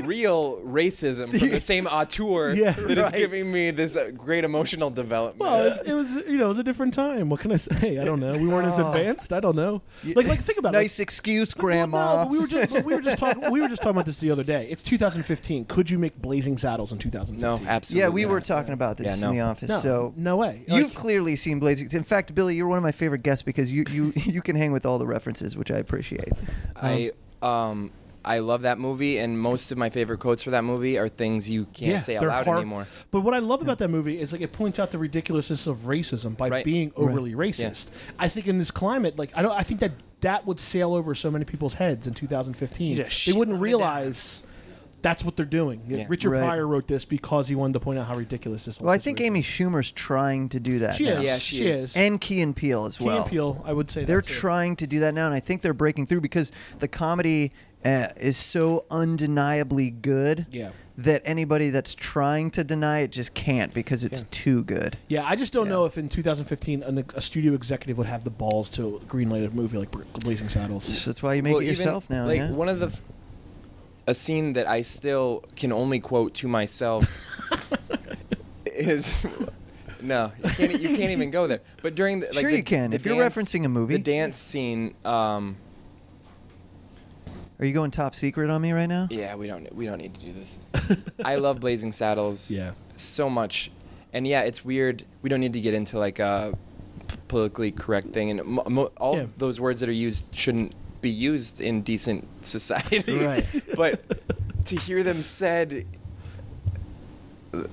S4: real racism from the same auteur
S3: Yeah,
S4: that is
S3: right.
S4: giving me this uh, great emotional development.
S3: well, it, it was you know it was a different time. What can I say? I don't know.
S2: [laughs]
S3: We weren't as advanced. I don't know. Like like think about
S2: [laughs]
S3: it.
S2: Oh. nice excuse, Grandma.
S3: Well, no, but we were just but we were just talking we were just talking about this the other day. It's 2015. Could you make Blazing Saddles in 2015?
S4: no, absolutely.
S2: yeah, we were
S4: not.
S2: talking about this
S4: Yeah, no.
S2: in the office.
S3: No,
S2: so
S3: no way.
S2: You've
S3: Like-
S2: clearly seen Blazing. In fact, Billy, you're one of my favorite guests because you you [laughs] you can hang with all the references, which I appreciate.
S4: I um I love that movie, and most of my favorite quotes for that movie are things you can't say out
S3: they're
S4: loud
S3: hard-
S4: anymore.
S3: But what I love about that movie is like it points out the ridiculousness of racism by
S4: Right.
S3: being overly racist. I think in this climate, like I don't, I think that that would sail over so many people's heads in 2015.
S4: Yeah,
S3: they
S4: shit
S3: wouldn't
S4: on it
S3: realize that's what they're doing. Yeah,
S4: Yeah.
S3: Richard
S2: Right.
S3: Pryor wrote this because he wanted to point out how ridiculous this. whole
S2: Well, I think
S3: situation
S2: Amy Schumer's trying to do that.
S3: She
S2: now.
S3: is.
S4: Yeah, she is.
S2: And Key and Peele as well.
S3: Key and Peele, I would say
S2: They're
S3: that too.
S2: trying to do that now, and I think they're breaking through because the comedy uh, is so undeniably good
S3: Yeah.
S2: that anybody that's trying to deny it just can't because it's too good.
S3: Yeah, I just don't
S2: Yeah.
S3: know if in 2015 an, a studio executive would have the balls to greenlight a movie like Bla- Blazing Saddles.
S2: So that's why you make
S4: Well,
S2: it
S4: even,
S2: yourself now.
S4: Like
S2: yeah.
S4: one of the f- a scene that I still can only quote to myself
S2: [laughs]
S4: is [laughs] no, you can't, e, you can't even go there. But during the like
S2: Sure
S4: the,
S2: you can,
S4: the
S2: if you're
S4: dance-
S2: referencing a movie.
S4: the dance scene. Um,
S2: Are you going top secret on me right now?
S4: yeah, we don't we don't need to do this. I love Blazing Saddles.
S3: Yeah.
S4: so much, and yeah, it's weird. We don't need to get into like a p- politically correct thing, and mo- mo- all
S3: Yeah.
S4: those words that are used shouldn't be used in decent
S2: [laughs]
S4: society.
S2: Right.
S4: [laughs] but to hear them said uh,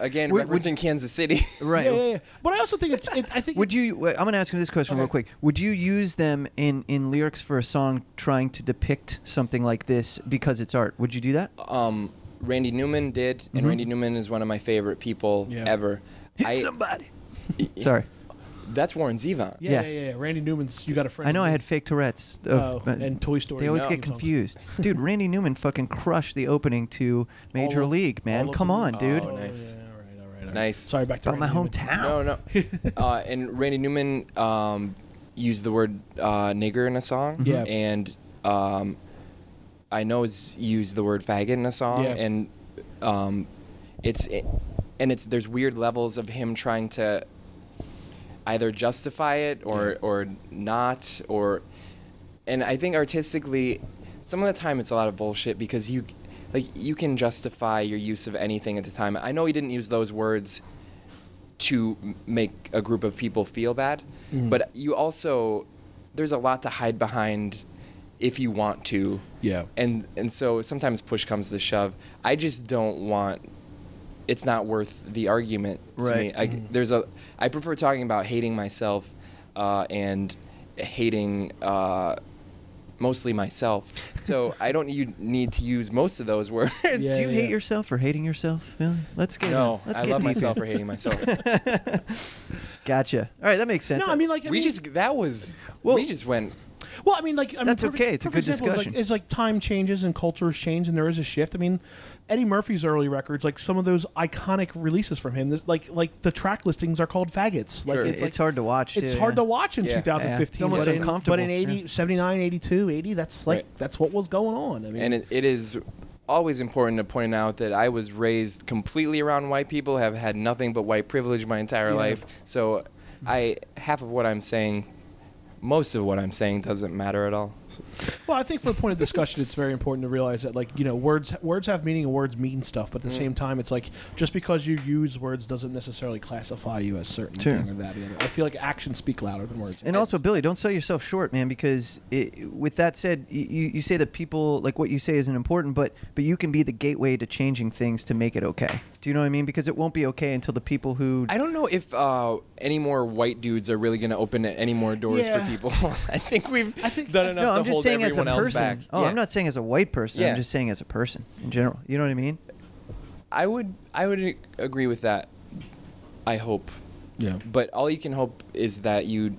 S4: again,
S2: Would- would-
S4: referencing Kansas City.
S2: [laughs] [laughs] Right.
S3: Yeah, yeah, yeah. But I also think it's. It, I think
S2: Would
S3: it-
S2: you? wait, I'm going to ask him this question real
S3: Okay.
S2: quick. Would you use them in in lyrics for a song trying to depict something like this because it's art? Would you do that?
S4: um, Randy Newman did, and
S2: Mhm.
S4: Randy Newman is one of my favorite people
S3: Yeah.
S4: ever.
S2: Hit
S4: I-
S2: somebody. Sorry.
S4: That's Warren Zevon.
S3: Yeah, yeah,
S2: yeah.
S3: yeah, yeah. Randy Newman's. You got a friend.
S2: I know
S3: in
S2: I
S3: me.
S2: had fake Tourette's.
S3: Oh,
S2: Of, uh,
S3: and Toy Story.
S2: They always
S4: No.
S2: get
S3: [laughs]
S2: confused. dude, Randy Newman fucking crushed the opening to Major
S3: All of-
S2: League, man.
S3: all of
S2: Come
S3: the-
S2: on, dude.
S3: yeah, all
S4: Oh, nice.
S3: right, all right, all right.
S4: Nice.
S3: Sorry, back to
S2: About my
S3: Randy Newman.
S2: hometown.
S4: No, no.
S3: [laughs]
S4: uh, and Randy Newman um, used the word uh, nigger in a song.
S3: Mm-hmm. Yeah.
S4: And um, I know is used the word faggot in a song.
S3: Yeah.
S4: And um, it's and it's there's weird levels of him trying to either justify it or or not or and I think artistically, some of the time it's a lot of bullshit because you, like, you can justify your use of anything at the time. I know he didn't use those words to m- make a group of people feel bad, but you also, there's a lot to hide behind if you want to.
S3: Yeah.
S4: And and so sometimes push comes to shove. I just don't want. It's not worth the argument. to
S2: Right. Mm-hmm.
S4: me. I, There's a. I prefer talking about hating myself, uh, and hating. Uh, Mostly myself, so I don't you need to use most of those words. [laughs]
S3: Yeah,
S2: Do you hate
S3: yeah.
S2: yourself for hating yourself? Really? Let's get
S4: No,
S2: Let's
S4: I
S2: get
S4: love
S2: deep
S4: myself
S2: here.
S4: for hating
S2: [laughs]
S4: myself.
S2: Gotcha. All right, that makes sense.
S3: No, I mean like I
S4: we
S3: mean-
S4: just that was
S2: Well-
S4: we just went.
S3: Well, I mean, like I mean,
S2: That's
S3: perfect-
S2: okay. It's a
S3: perfect
S2: good
S3: example is, like-
S2: discussion.
S3: It's like, time changes and cultures change, and there is a shift. I mean, Eddie Murphy's early records, like some of those iconic releases from him, there's, like like the track listings are called faggots. Like
S4: Sure.
S3: it's,
S2: it's,
S3: like,
S2: hard to watch.
S3: It's
S2: too,
S3: hard
S2: yeah.
S3: to watch in
S4: Yeah.
S2: Yeah.
S3: 2015.
S2: It's almost
S3: but in-
S2: uncomfortable.
S3: But in 80,
S2: Yeah.
S3: 79, 82, 80, that's like
S4: Right.
S3: that's what was going on. I mean,
S4: And it, it is always important to point out that I was raised completely around white people, have had nothing but white privilege my entire life. So I half of what I'm saying, most of what I'm saying doesn't matter at all. So-
S3: Well, I think for a point of discussion, it's very important to realize that, like, you know, words words have meaning and words mean stuff. But at the
S4: Mm.
S3: same time, it's like just because you use words doesn't necessarily classify you as certain
S2: Sure.
S3: thing or that. Or the other. I feel like actions speak louder than words.
S2: And also, Billy, don't sell yourself short, man. Because it, with that said, y- you, you say that people like what you say isn't important, but but you can be the gateway to changing things to make it okay. Do you know what I mean? Because it won't be okay until the people who
S4: I don't know if uh, any more white dudes are really going to open any more doors for
S3: Yeah.
S4: people. [laughs] I think we've
S3: think-
S4: done enough
S2: no,
S4: to
S2: I'm just
S4: hold
S2: saying as a
S4: everyone else
S2: person.
S4: back.
S2: Oh,
S4: Yeah.
S2: I'm not saying as a white person.
S4: Yeah. Uh,
S2: I'm just saying as a person in general. You know what I mean?
S4: I would I would ag- agree with that. I hope.
S3: yeah.
S4: But all you can hope is that you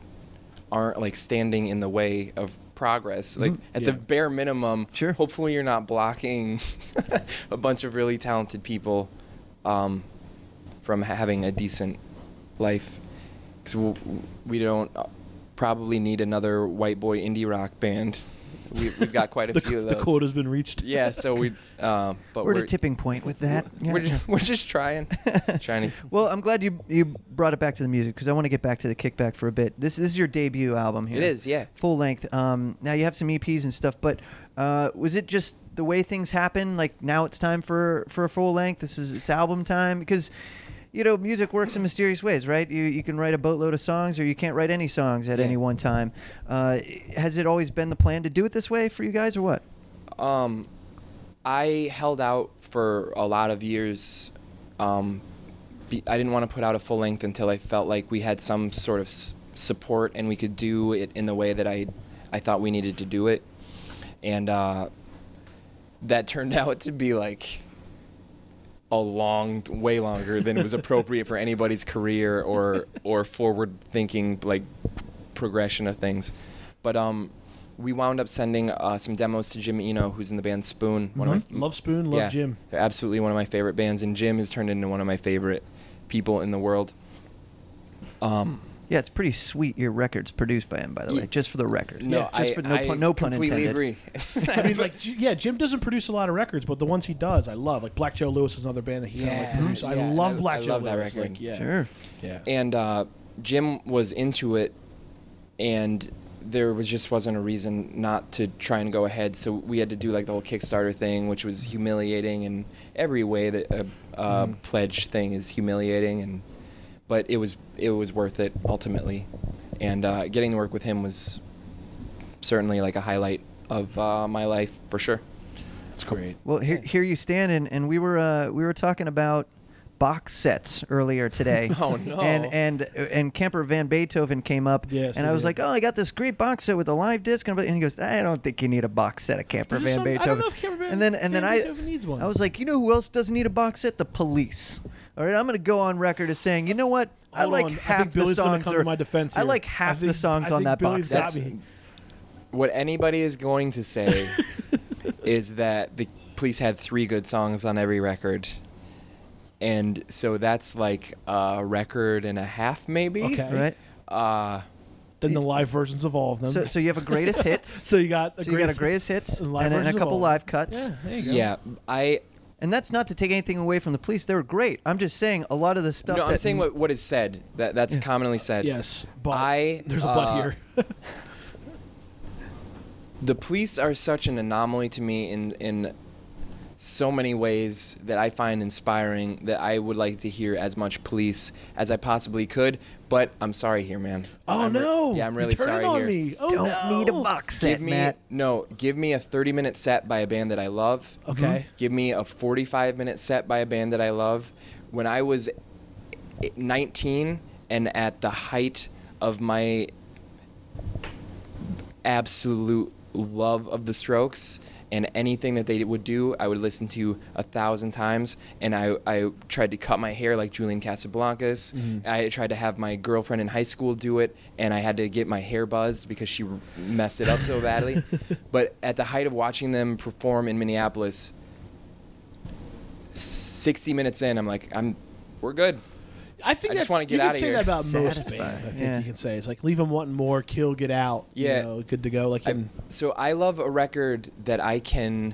S4: aren't like standing in the way of progress. Like at the
S3: Yeah.
S4: bare minimum,
S2: Mm-hmm. Sure.
S4: hopefully you're not blocking [laughs] a bunch of really talented people um, from ha- having a decent life. Because we'll, we don't uh, probably need another white boy indie rock band. We, we've
S2: [laughs]
S4: got quite a
S3: the,
S4: few of
S3: the
S4: those.
S3: quota's been reached.
S4: Yeah, so we. Um, but
S2: we're
S4: we're,
S2: at a tipping point with that. Yeah.
S4: We're just, we're just
S2: [laughs]
S4: trying, [laughs] trying to.
S2: well, I'm glad you you brought it back to the music because I want to get back to the kickback for a bit. This this is your debut album here.
S4: It is, yeah.
S2: Full length. Um, now you have some EPs and stuff, but uh, was it just the way things happen? Like now it's time for for a full length. This is it's album time because. You know, music works in mysterious ways, right? You, you can write a boatload of songs, or you can't write any songs at
S4: Yeah.
S2: any one time. Uh, has it always been the plan to do it this way for you guys, or what?
S4: Um, I held out for a lot of years. Um, be, I didn't want to put out a full length until I felt like we had some sort of s- support and we could do it in the way that I, I thought we needed to do it, and uh, that turned [laughs] out to be like a long, way longer than was appropriate for anybody's career or or forward thinking like progression of things. But um, we wound up sending uh, some demos to Jim Eno, who's in the band Spoon. One
S2: Mm-hmm.
S4: of
S3: [laughs]
S4: my,
S3: Love Spoon, love
S4: yeah,
S3: Jim.
S4: They're absolutely one of my favorite bands, and Jim has turned into one of my favorite people in the world. Um,
S2: Yeah, it's pretty sweet. Your record's produced by him, by the
S4: Ye-
S2: way. Just for the record.
S4: no,
S2: Yeah, just
S4: I,
S2: for no
S4: I
S2: pun, no pun
S4: completely
S2: intended. [laughs]
S4: agree.
S3: [laughs] I mean,
S4: [laughs]
S3: like, J- yeah, Jim doesn't produce a lot of records, but the ones he does, I love. Like Black Joe Lewis is another band that he kinda, like,
S4: Yeah.
S3: produced. I
S4: Yeah,
S3: love
S4: I-
S3: Black
S4: I
S3: Joe
S4: love that
S3: Lewis.
S4: record.
S3: Like, yeah,
S2: Sure.
S3: yeah.
S4: and uh, Jim was into it, and there was just wasn't a reason not to try and go ahead. So we had to do like the whole Kickstarter thing, which was humiliating in every way that a, a pledge thing is humiliating, and but it was it was worth it ultimately, and uh, getting to work with him was certainly like a highlight of uh, my life for sure.
S3: It's great.
S2: Well, here, here you stand, and, and we were uh, we were talking about box sets earlier today.
S4: [laughs] Oh, no.
S2: And and and Kemper Van Beethoven came up,
S3: Yes,
S2: and
S3: he
S2: I was
S3: did.
S2: like, oh, I got this great box set with a live disc, and he goes, I don't think you need a box set of Kemper Van
S3: There's some- I don't
S2: Beethoven.
S3: know if Kemper Van-
S2: and then and
S3: Van
S2: then I
S3: Beethoven needs one.
S2: I was like, you know who else doesn't need a box set? The Police. All right, I'm going to go on record as saying, you know what? I
S3: Hold
S2: like
S3: on, I
S2: half
S3: think
S2: the
S3: Billy's gonna
S2: songs.
S3: come to
S2: are-
S3: my defense
S2: I
S3: here.
S2: like
S3: I
S2: half the
S3: think-
S2: songs
S3: I
S2: on
S3: think
S2: that
S3: Billy's
S2: box set.
S3: got me.
S4: what anybody is going
S3: [laughs]
S4: to say is that the police had three good songs on every record. And so that's like a record and a half, maybe.
S3: Okay. [laughs]
S2: Right.
S4: Uh,
S3: Then the live versions of all of them.
S2: So, so you have a greatest hits.
S3: Um, [laughs] So you got a
S2: so you got a greatest
S3: greatest
S2: hits
S3: and
S2: and,
S3: live
S2: and a
S3: versions of
S2: couple
S3: all.
S2: live cuts.
S3: Yeah, there you go.
S4: yeah, I.
S2: And that's not to take anything away from the police. They were great. I'm just saying a lot of the stuff.
S4: No, I'm
S2: that-
S4: saying what what is said. That that's commonly said.
S3: Yes, but
S4: I.
S3: there's a
S4: uh,
S3: butt here. [laughs] Oh,
S4: the police are such an anomaly to me in in so many ways that I find inspiring that I would like to hear as much police as I possibly could. But I'm sorry here, man.
S3: oh
S4: I'm re-
S3: no!
S4: yeah, I'm
S3: You're
S4: really
S3: turning
S4: sorry
S3: on
S4: here.
S3: Me. Oh,
S2: Don't
S3: no.
S2: need a box set,
S4: Give me
S2: Matt.
S4: no, give me a 30 minute set by a band that I love.
S3: Okay.
S4: Give me a 45 minute set by a band that I love. When I was 19 and at the height of my absolute love of the Strokes and anything that they would do, I would listen to a thousand times. And I, I tried to cut my hair like Julian Casablancas. I tried to have my girlfriend in high school do it, and I had to get my hair buzzed because she messed it up so badly. but at the height of watching them perform in Minneapolis, 60 minutes in, I'm like, I'm, we're good.
S3: I think
S4: I just
S3: that's,
S4: wanna get
S3: you
S4: outta
S3: can say
S4: here.
S3: that about most
S2: Satisfied.
S3: bands. I think
S2: Yeah.
S3: you can say it's like leave them wanting more, kill, get out.
S4: Yeah.
S3: you know, good to go. Like
S4: I-
S3: in,
S4: so I love a record that I can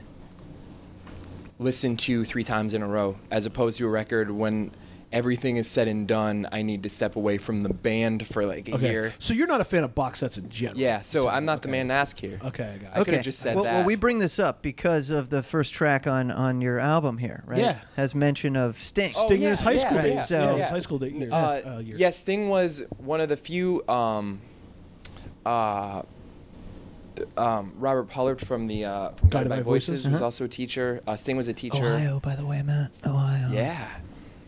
S4: listen to three times in a row, as opposed to a record when everything is said and done. I need to step away from the band for like a
S3: okay.
S4: year.
S3: So you're not a fan of box sets in general.
S4: Yeah, so
S3: Sounds
S4: I'm
S3: like-
S4: not the
S3: okay.
S4: man to ask here.
S3: Okay, I got it.
S4: I could've just said
S2: well,
S4: that.
S2: well, we bring this up because of the first track on on your album here, right?
S3: Yeah.
S2: Has mention of Sting.
S4: Oh,
S3: Sting in his
S4: yeah,
S3: high
S4: yeah,
S3: school
S2: yeah,
S3: days.
S2: yeah,
S3: yeah,
S2: yeah.
S3: his high school day, years.
S4: Uh,
S3: years.
S4: yeah, Sting was one of the few. Um, uh, um, Robert Pollard from the uh, from Guided by Voices,
S3: uh-huh.
S4: was also a teacher. Uh, Sting was a teacher.
S2: Ohio, by the way, Matt. Ohio.
S4: Yeah,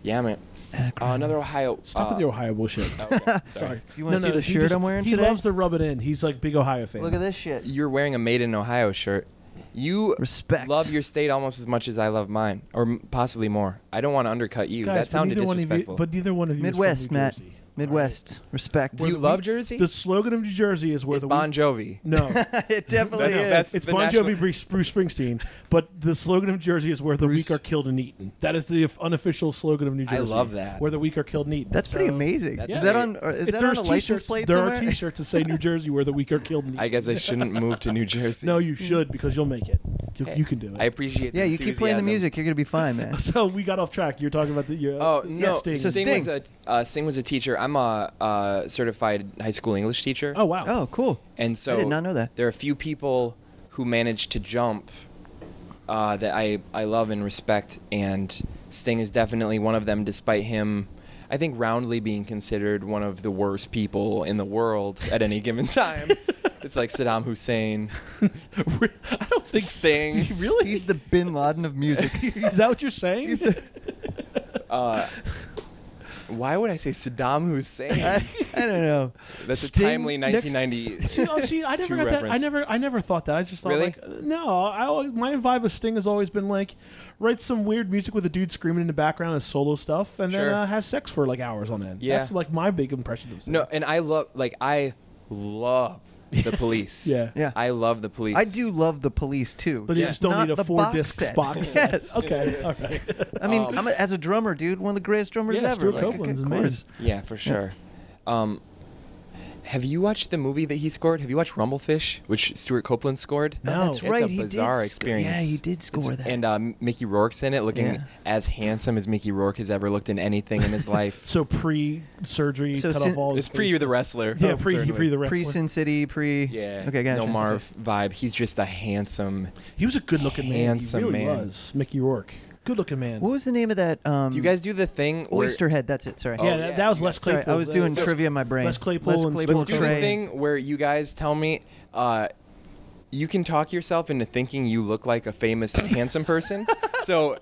S4: yeah, man.
S2: Akron.
S4: Uh, another Ohio.
S3: Stop
S4: uh,
S3: with your Ohio bullshit.
S4: [laughs] okay,
S3: Sorry.
S2: Do you wanna see the
S3: he
S2: shirt I'm wearing
S3: he
S2: today?
S3: loves to rub it in. He's like big Ohio fan.
S2: Look at this shit.
S4: you're wearing a Made in Ohio shirt. You
S2: Respect.
S4: Love your state almost as much as I love mine, or m- possibly more. I don't want to undercut you.
S3: Guys,
S4: that
S3: but
S4: sounded
S3: neither one of you-
S4: disrespectful.
S3: but neither one of you. is from
S2: Midwest,
S3: New
S2: Matt.
S3: Jersey.
S2: Midwest. Respect. [laughs]
S4: Do you love Jersey?
S3: The slogan of New Jersey is where
S4: It's
S3: the
S4: Bon
S3: weak-
S4: Jovi.
S3: No,
S2: it definitely
S4: [laughs] That's-
S2: is.
S4: that's-
S3: it's
S4: the
S3: Bon
S4: national-
S3: Jovi, Bruce, Bruce Springsteen. But the slogan of Jersey is where the weak are killed and eaten. That is the unofficial slogan of New
S4: I
S3: Jersey.
S4: love that.
S3: Where the weak are killed and eaten.
S2: That's pretty
S3: So-
S2: amazing.
S4: That's
S2: is that on?
S4: amazing.
S2: Or is
S3: If
S2: that on
S3: there's
S2: a license
S3: t-shirts-
S2: plate
S3: There
S2: somewhere?
S3: are T-shirts that say New Jersey, where the weak are killed and eaten.
S4: I guess I shouldn't move to New
S3: [laughs]
S4: Jersey.
S3: No, you should because you'll make it. You,
S4: Hey,
S3: you can do it.
S4: I appreciate.
S2: yeah,
S4: the
S2: you keep playing the
S4: enthusiasm.
S2: music. You're gonna be fine, man.
S3: [laughs] Oh, so we got off track. You're talking about the. Your,
S4: Oh
S3: the-
S4: no!
S3: Sting.
S2: So
S4: Sting,
S2: Sting.
S4: was a uh, Sting was a teacher. I'm a uh, certified high school English teacher.
S3: Oh wow. [laughs]
S2: Oh, cool.
S4: And so
S2: did not know that.
S4: There are a few people who manage to jump uh, that I, I love and respect, and Sting is definitely one of them, despite him, I think, roundly being considered one of the worst people in the world at any
S2: [laughs]
S4: given time. it's like Saddam Hussein.
S3: I don't think
S4: Sting.
S3: [laughs] Really?
S2: He's the Bin Laden of music.
S3: [laughs] Is that what you're saying?
S4: Uh, why would I say Saddam Hussein?
S2: I, I don't know.
S4: That's
S3: Sting
S4: a timely
S3: next- [laughs]
S4: 1990.
S3: see, oh,
S4: [laughs]
S3: see, I never
S4: True
S3: got that. I
S4: reference.
S3: never, I never thought that. I just thought
S4: Really?
S3: like, uh, no. I always, my vibe of Sting has always been like, write some weird music with a dude screaming in the background and solo stuff, and then
S4: Sure.
S3: uh, has sex for like hours on end.
S4: Yeah.
S3: that's like my big impression of Sting.
S4: No, and I love like I love the police.
S3: Yeah.
S2: [laughs] Yeah.
S4: I love the police.
S2: I do love the police too.
S3: But
S4: Yeah.
S3: you still
S2: Not
S3: need
S2: the
S3: a four
S2: box
S3: disc
S2: set.
S3: box
S2: [laughs]
S3: set.
S2: Yes.
S3: Okay. All [laughs] right.
S2: I mean,
S4: Um,
S2: I'm a, as a drummer, dude, one of the greatest drummers
S3: Yeah,
S2: ever.
S3: Stuart
S2: like, of
S3: Copeland's the man.
S2: course.
S4: Yeah, for sure. Um, have you watched the movie that he scored? Have you watched Rumblefish, which Stuart Copeland scored?
S3: No.
S2: That's
S3: It's
S4: a
S2: right. he
S4: bizarre
S2: did sc-
S4: experience.
S2: Yeah, he did score
S4: It's-
S2: that.
S4: And um, Mickey Rourke's in it, looking
S2: Yeah.
S4: as handsome as Mickey Rourke has ever looked in anything
S2: [laughs]
S4: in his life.
S3: So pre surgery,
S2: So
S3: cut
S2: sin- Oh,
S3: off all. his
S4: it's pre
S3: face.
S4: the wrestler.
S3: Yeah, pre pre the
S2: pre
S3: wrestler.
S2: Sin City, pre.
S4: Yeah.
S2: Okay, gotcha.
S4: No Marv vibe. He's just a handsome.
S3: He was a good looking man.
S4: Handsome
S3: he really
S4: man.
S3: was. Mickey Rourke, good looking man.
S2: What was the name of that? Um,
S4: Do you guys do the thing? where-
S2: Oysterhead. That's it. Sorry.
S4: Oh,
S3: yeah, that, that was Les
S2: Sorry,
S3: Claypool.
S2: I was doing
S3: That
S2: trivia in my brain.
S3: Les Claypool
S2: Les
S3: and
S2: Claypool
S4: Let's do the
S2: Trains.
S4: thing where you guys tell me. Uh, you can talk yourself into thinking you look like
S3: [laughs]
S4: a famous handsome person. So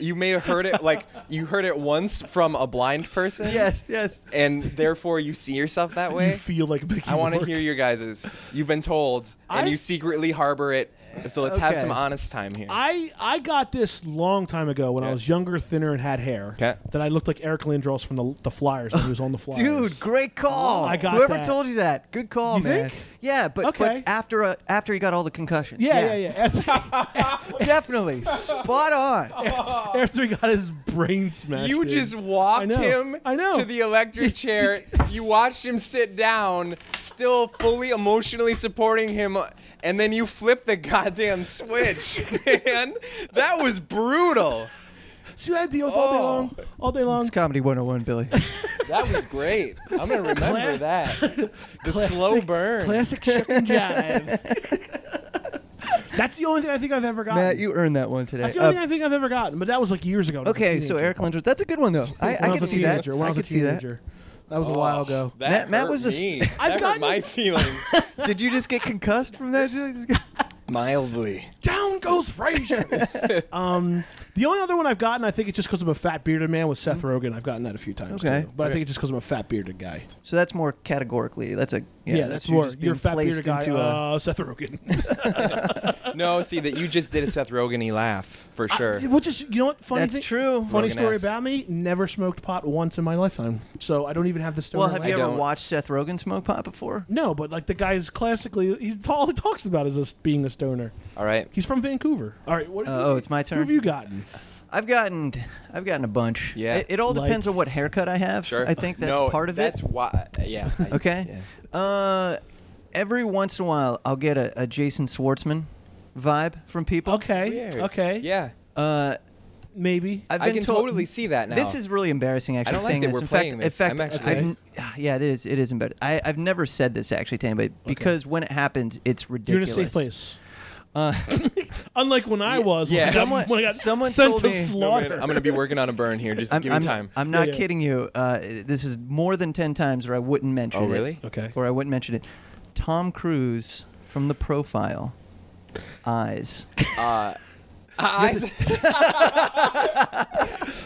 S4: you may have heard it like you heard it once from a blind person.
S2: Yes, yes.
S4: And therefore you see yourself that way.
S3: You feel like Mickey
S4: I want to
S3: Rourke.
S4: hear your guys's. You've been told, and
S3: I-
S4: you secretly harbor it. So let's have
S2: Okay.
S4: some honest time here.
S3: I I got this long time ago when I
S4: Yeah.
S3: was younger, thinner, and had hair.
S4: 'Kay.
S3: That I looked like Eric Lindros from the the Flyers when he was on the Flyers.
S2: [laughs]
S3: Oh,
S2: Dude, great call.
S3: I got
S2: Whoever
S3: that.
S2: told you that, good call,
S3: You
S2: man.
S3: think?
S2: Yeah, but,
S3: Okay.
S2: but after uh after he got all the concussions.
S3: Yeah, yeah, yeah. [laughs]
S2: Definitely, spot on.
S3: After, after he got his brain smashed.
S4: You
S3: in.
S4: just walked
S3: I know.
S4: him
S3: I know.
S4: to
S2: [laughs]
S4: the electric chair. you watched him sit down, still fully emotionally supporting him, and then you flipped the goddamn switch, [laughs] man. That was brutal.
S3: See what I deal with all day
S4: Oh.
S3: long. All day long.
S2: It's comedy 101,
S3: [laughs]
S2: Billy.
S4: That was great. I'm gonna remember that.
S2: [laughs]
S4: The slow
S3: Classic-
S4: burn.
S3: Classic chicken jive.
S4: [laughs]
S3: That's the only thing I think I've ever gotten.
S2: Matt, you earned that one today.
S3: That's the only
S2: Uh,
S3: thing Um, I think I've ever gotten, but that was like years ago. when I was a
S2: okay, so
S3: teenager.
S2: Eric Lindros, that's a good one though. I,
S3: When
S2: I
S3: was
S2: can
S3: a
S2: see that.
S3: teenager, when
S2: I
S3: was a
S2: can see that.
S3: teenager. That was a while ago.
S4: Oh, That
S2: Matt- Matt
S4: hurt
S2: was a s-
S4: me.
S3: I've
S4: that hurt
S2: [laughs]
S3: gotten-
S4: my feelings
S2: [laughs] Did you just get concussed from that?
S3: [laughs]
S4: mildly.
S3: Down goes
S4: [laughs]
S3: Frazier. um, the only other one I've gotten, I think it's just because I'm a fat bearded man, was
S4: Mm-hmm.
S3: Seth Rogen. I've gotten that a few times
S2: Okay.
S3: too, but I think it's just because I'm a fat bearded guy.
S2: so that's more categorically. That's a yeah.
S3: Yeah, that's,
S2: that's you
S3: more.
S2: Just
S3: You're
S2: being
S3: a fat
S2: placed
S3: bearded guy.
S2: into a.
S3: uh,
S2: [laughs]
S3: Seth Rogen.
S4: No, see that you just did a Seth Rogen laugh for sure.
S3: Which is, you know what? Funny
S2: That's
S3: thing-
S2: true.
S3: Funny story
S4: Rogen-esque.
S3: about me: never smoked pot once in my lifetime, so I don't even have the story.
S2: Well, have you
S4: I
S2: ever
S4: don't-
S2: watched Seth Rogen smoke pot before?
S3: No, but like the guy's classically, he's all he talks about is us being a stoner.
S4: All right.
S3: He's from Vancouver. All right. What,
S2: Uh, oh, it's my turn?
S3: Who have you gotten?
S2: I've gotten, I've gotten a bunch.
S4: Yeah.
S2: It, it all
S3: Like-
S2: depends on what haircut I have.
S4: Sure.
S2: I think that's
S4: No,
S2: part of
S4: that's
S2: it.
S4: why. Yeah. I-
S2: Okay.
S4: yeah.
S2: Uh, every once in a while, I'll get a, a Jason Schwartzman vibe from people.
S3: Okay.
S4: Weird.
S3: Okay.
S4: Yeah.
S2: Uh,
S3: Maybe.
S2: I've
S4: I
S2: been
S4: can
S2: told-
S4: totally see that now.
S2: This is really embarrassing. Actually,
S4: don't like
S2: saying
S4: that
S2: this.
S4: we're
S2: in fact,
S4: playing
S2: in
S4: this.
S2: fact,
S4: I'm
S2: I've-
S3: actually-
S2: yeah, it is. It is embarrassing. I, I've never said this actually to anybody because when it happens, it's
S3: You're in a
S2: ridiculous.
S3: safe place.
S4: [laughs]
S2: Uh,
S3: Unlike when I was.
S4: yeah.
S3: When
S2: Someone-
S3: someone, when I got
S2: someone
S3: sent
S2: told
S3: to
S2: me- No, man,
S3: slaughter.
S4: I'm gonna be working on a burn here.
S2: [laughs]
S4: Just
S2: I'm,
S4: give
S2: I'm-
S4: me time.
S2: I'm not
S3: Yeah, yeah.
S2: kidding you. Uh, this is more than ten times where I wouldn't mention
S4: Oh,
S2: it.
S4: really?
S3: Okay.
S2: Or I wouldn't mention it. Tom Cruise from the profile.
S4: [laughs]
S2: Eyes.
S4: Uh, I,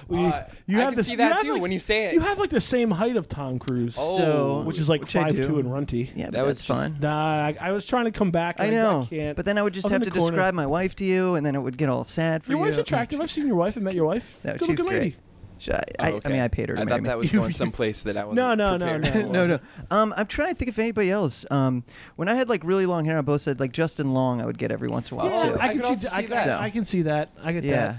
S3: We-
S4: Uh,
S3: you
S4: I
S3: have
S4: can
S3: this.
S4: see that
S3: you have
S4: too
S3: like-
S4: when you say it.
S3: You have like the same height of Tom Cruise,
S4: Oh,
S2: so,
S3: which is like
S2: which I
S3: five
S2: do.
S3: two and runty.
S2: Yeah, but
S4: That was
S2: that's
S4: just-
S2: fine.
S3: Nah, I, I was trying to come back.
S2: I
S3: and
S2: know,
S3: I can't.
S2: but then I would just
S3: was in
S2: have to
S3: the corner.
S2: describe my wife to you, and then it would get all sad for
S3: Your
S2: you.
S3: wife's
S2: [laughs]
S3: attractive. I've seen your wife. I met your wife.
S2: No,
S3: Good
S2: she's
S3: looking
S2: great.
S3: lady.
S2: Sh- I,
S4: Oh,
S2: I, I
S4: okay.
S2: mean, I paid her to
S4: I
S2: marry
S4: thought
S2: me.
S4: that was going someplace that I was.
S3: No, no, no, no.
S4: [laughs]
S2: no, no. [laughs] Um, I'm trying to think of anybody else. Um, when I had like really long hair on both sides, like Justin Long, I would get every once in a while
S4: Yeah,
S2: too.
S4: I
S3: I
S4: could
S3: can
S4: also
S3: see,
S4: see
S3: I, can-
S4: that.
S3: I can see that. I get
S2: yeah.
S3: that.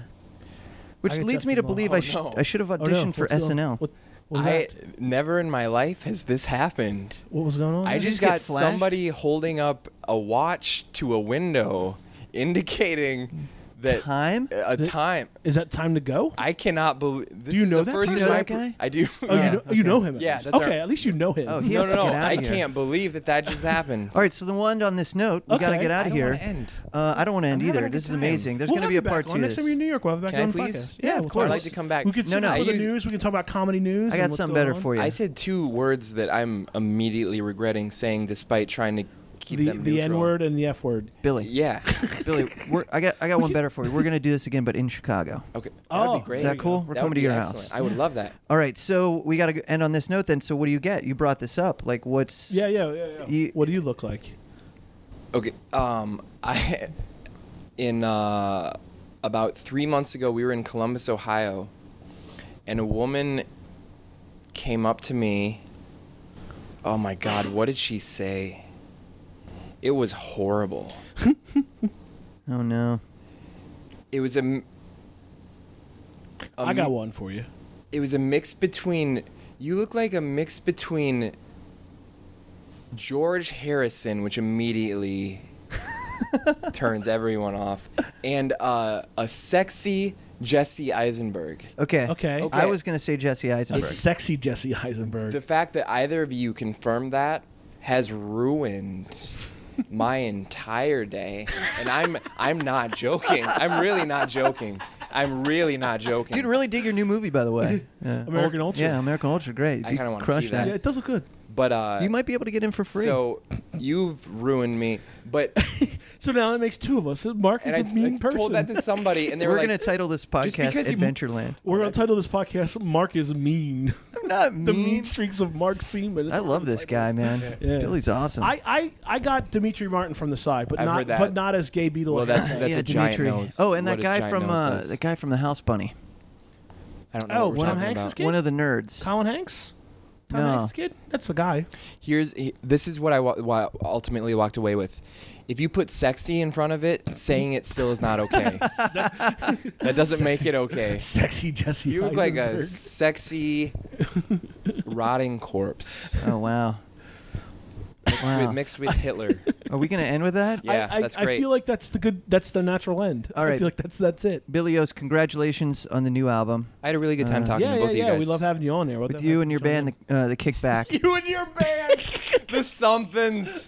S2: Which
S3: I get
S2: leads me
S3: Justin
S2: to
S3: Long.
S2: believe
S4: Oh,
S2: I, sh-
S4: no.
S2: I should have
S3: Oh,
S2: auditioned
S3: no.
S2: for
S3: What's going-
S2: SNL.
S3: What, what was
S4: I
S3: that?
S4: never in my life has this happened.
S3: What was going on?
S4: I
S2: you
S4: just
S2: just get
S4: got
S2: flashed?
S4: somebody holding up a watch to a window, indicating that
S2: Time?
S4: a time.
S3: Is that time to go?
S4: I cannot believe. This
S3: Do you
S4: is
S3: know
S4: the
S3: that
S4: first
S2: person?
S4: time
S2: You know
S4: I
S2: that
S4: pr-
S2: guy?
S4: I do.
S3: Oh,
S2: Yeah.
S4: [laughs]
S3: you, know, you know him. at
S4: Yeah,
S3: least.
S4: that's our-
S3: okay. At least you know him.
S2: Oh, he
S4: No,
S2: has to
S4: no, no.
S2: get out
S4: I
S2: of here. Oh,
S4: can't believe that that
S2: [laughs]
S4: just happened.
S2: All right, so then one on this note, we gotta
S3: Okay.
S2: get out
S4: I
S2: of
S4: don't
S2: here.
S4: wanna end.
S2: Uh, I don't want to end
S4: having a
S2: either.
S4: good
S2: This is
S4: time.
S2: amazing. There's
S3: We'll
S2: gonna
S3: have
S2: be
S3: you
S2: a part
S3: back
S2: two.
S3: on.
S2: of
S3: Next time
S2: this.
S3: you're in New York, we'll have it back
S4: Can I
S3: on the
S4: please?
S3: podcast.
S2: Yeah, of
S3: we'll
S2: course.
S4: I'd
S3: talk
S4: like to come back.
S3: We could
S2: No,
S3: sit
S2: no.
S3: down
S2: I
S3: for the
S4: used-
S3: news. We can talk about comedy news.
S2: I
S3: and
S2: got
S3: what's
S2: something
S3: going
S2: better
S3: on.
S2: for you.
S4: I said two words that I'm immediately regretting saying, despite trying to keep
S3: The,
S4: them
S3: the
S4: neutral.
S3: N word and the F word.
S2: Billy.
S4: Yeah.
S2: [laughs]
S4: [laughs]
S2: Billy, we're, I got I got one better for you. We're gonna do this again, but in Chicago.
S4: Okay.
S3: Oh,
S4: That'd be great.
S2: Is
S3: There
S2: that
S3: you
S2: cool?
S3: go.
S2: We're
S4: That
S2: coming
S4: would
S2: to
S4: be
S2: your
S4: excellent.
S2: house.
S4: I would love that.
S2: All right, so we got to end on this note then. So what do you get? You brought this up. Like what's
S3: Yeah, yeah, yeah. yeah.
S2: You-
S3: what do you look like?
S4: Okay. Um, I [laughs] in uh, about three months ago, we were in Columbus, Ohio, and a woman came up to me. Oh my God! What did she say? It was horrible.
S2: Oh no.
S4: It was a. m- a
S3: I got
S4: m-
S3: one for you.
S4: It was a mix between. You look like a mix between George Harrison,
S2: [laughs]
S4: which immediately turns everyone off, and uh, a sexy Jesse Eisenberg.
S2: Okay.
S3: Okay. Okay.
S2: I was gonna say Jesse Eisenberg.
S3: A sexy Jesse Heisenberg.
S4: The fact that either of you confirmed that has ruined my entire day, and I'm I'm not joking. I'm really not joking. I'm really not joking.
S2: Dude, really dig your new movie, by the
S3: [laughs]
S2: way. Yeah.
S3: American Ultra.
S2: Yeah, American Ultra, great.
S4: I
S2: You
S4: kinda wanna
S2: crush
S4: see that.
S3: yeah, it does look good.
S4: But uh,
S2: You might be able to get in for free.
S4: So you've ruined me. But
S3: So now that makes two of us. Mark is
S4: and
S3: a
S4: I,
S3: mean
S4: I
S3: person.
S4: told that to somebody, and they
S2: we're
S4: were
S2: gonna
S4: like,
S2: title this podcast
S4: because you-
S2: Adventureland.
S3: [laughs] We're gonna title this podcast "Mark is Mean." [laughs]
S2: I'm not
S3: the mean streaks of Mark Seaman. It's
S2: I
S3: what
S2: love
S3: we're
S2: this guy,
S3: titling
S2: man.
S3: Yeah.
S2: Billy's awesome.
S3: I, I, I got Dimitri Martin from the side, but
S4: I've
S3: not
S4: heard that.
S3: but not as gay Beetle.
S4: Well,
S3: as
S4: that's-
S3: that.
S4: that's- a giant nose.
S2: Oh, and that
S4: What a
S2: guy
S4: giant
S2: from
S4: nose
S2: uh,
S4: is.
S2: the guy from the House Bunny,
S4: I don't know.
S3: Oh,
S4: what we're
S3: Tom
S4: talking
S3: Hanks
S4: about.
S3: is Kid?
S2: one of the nerds.
S3: [laughs] Colin Hanks. Tom
S2: No.
S3: Hanks kid. That's the guy.
S4: Here's he- this is what I wa- wa- ultimately walked away with. If you put sexy in front of it, saying it still is not
S3: [laughs]
S4: okay. that doesn't make it okay.
S3: Sexy Jesse.
S4: You look like a
S3: Eisenberg.
S4: sexy, rotting corpse
S2: Oh wow.
S4: [laughs] mixed,
S2: wow.
S4: with, mixed with Hitler.
S2: Are we gonna end with that?
S4: Yeah.
S3: I, I,
S4: that's
S3: I
S4: great.
S3: feel like that's the good. That's the natural end.
S2: All
S3: I
S2: right.
S3: feel like that's that's it.
S2: Billy O's, congratulations on the new album
S4: I had a really good time
S2: Uh,
S4: talking
S3: yeah,
S4: to both
S3: yeah,
S4: of you
S3: yeah.
S4: guys.
S3: We love having you on there. What
S2: with
S3: the
S2: you
S3: heck
S2: and your
S3: is your
S2: band,
S3: name?
S2: the, uh, the [laughs] Kickback.
S4: [laughs] you and your
S3: [laughs]
S4: band, the somethings.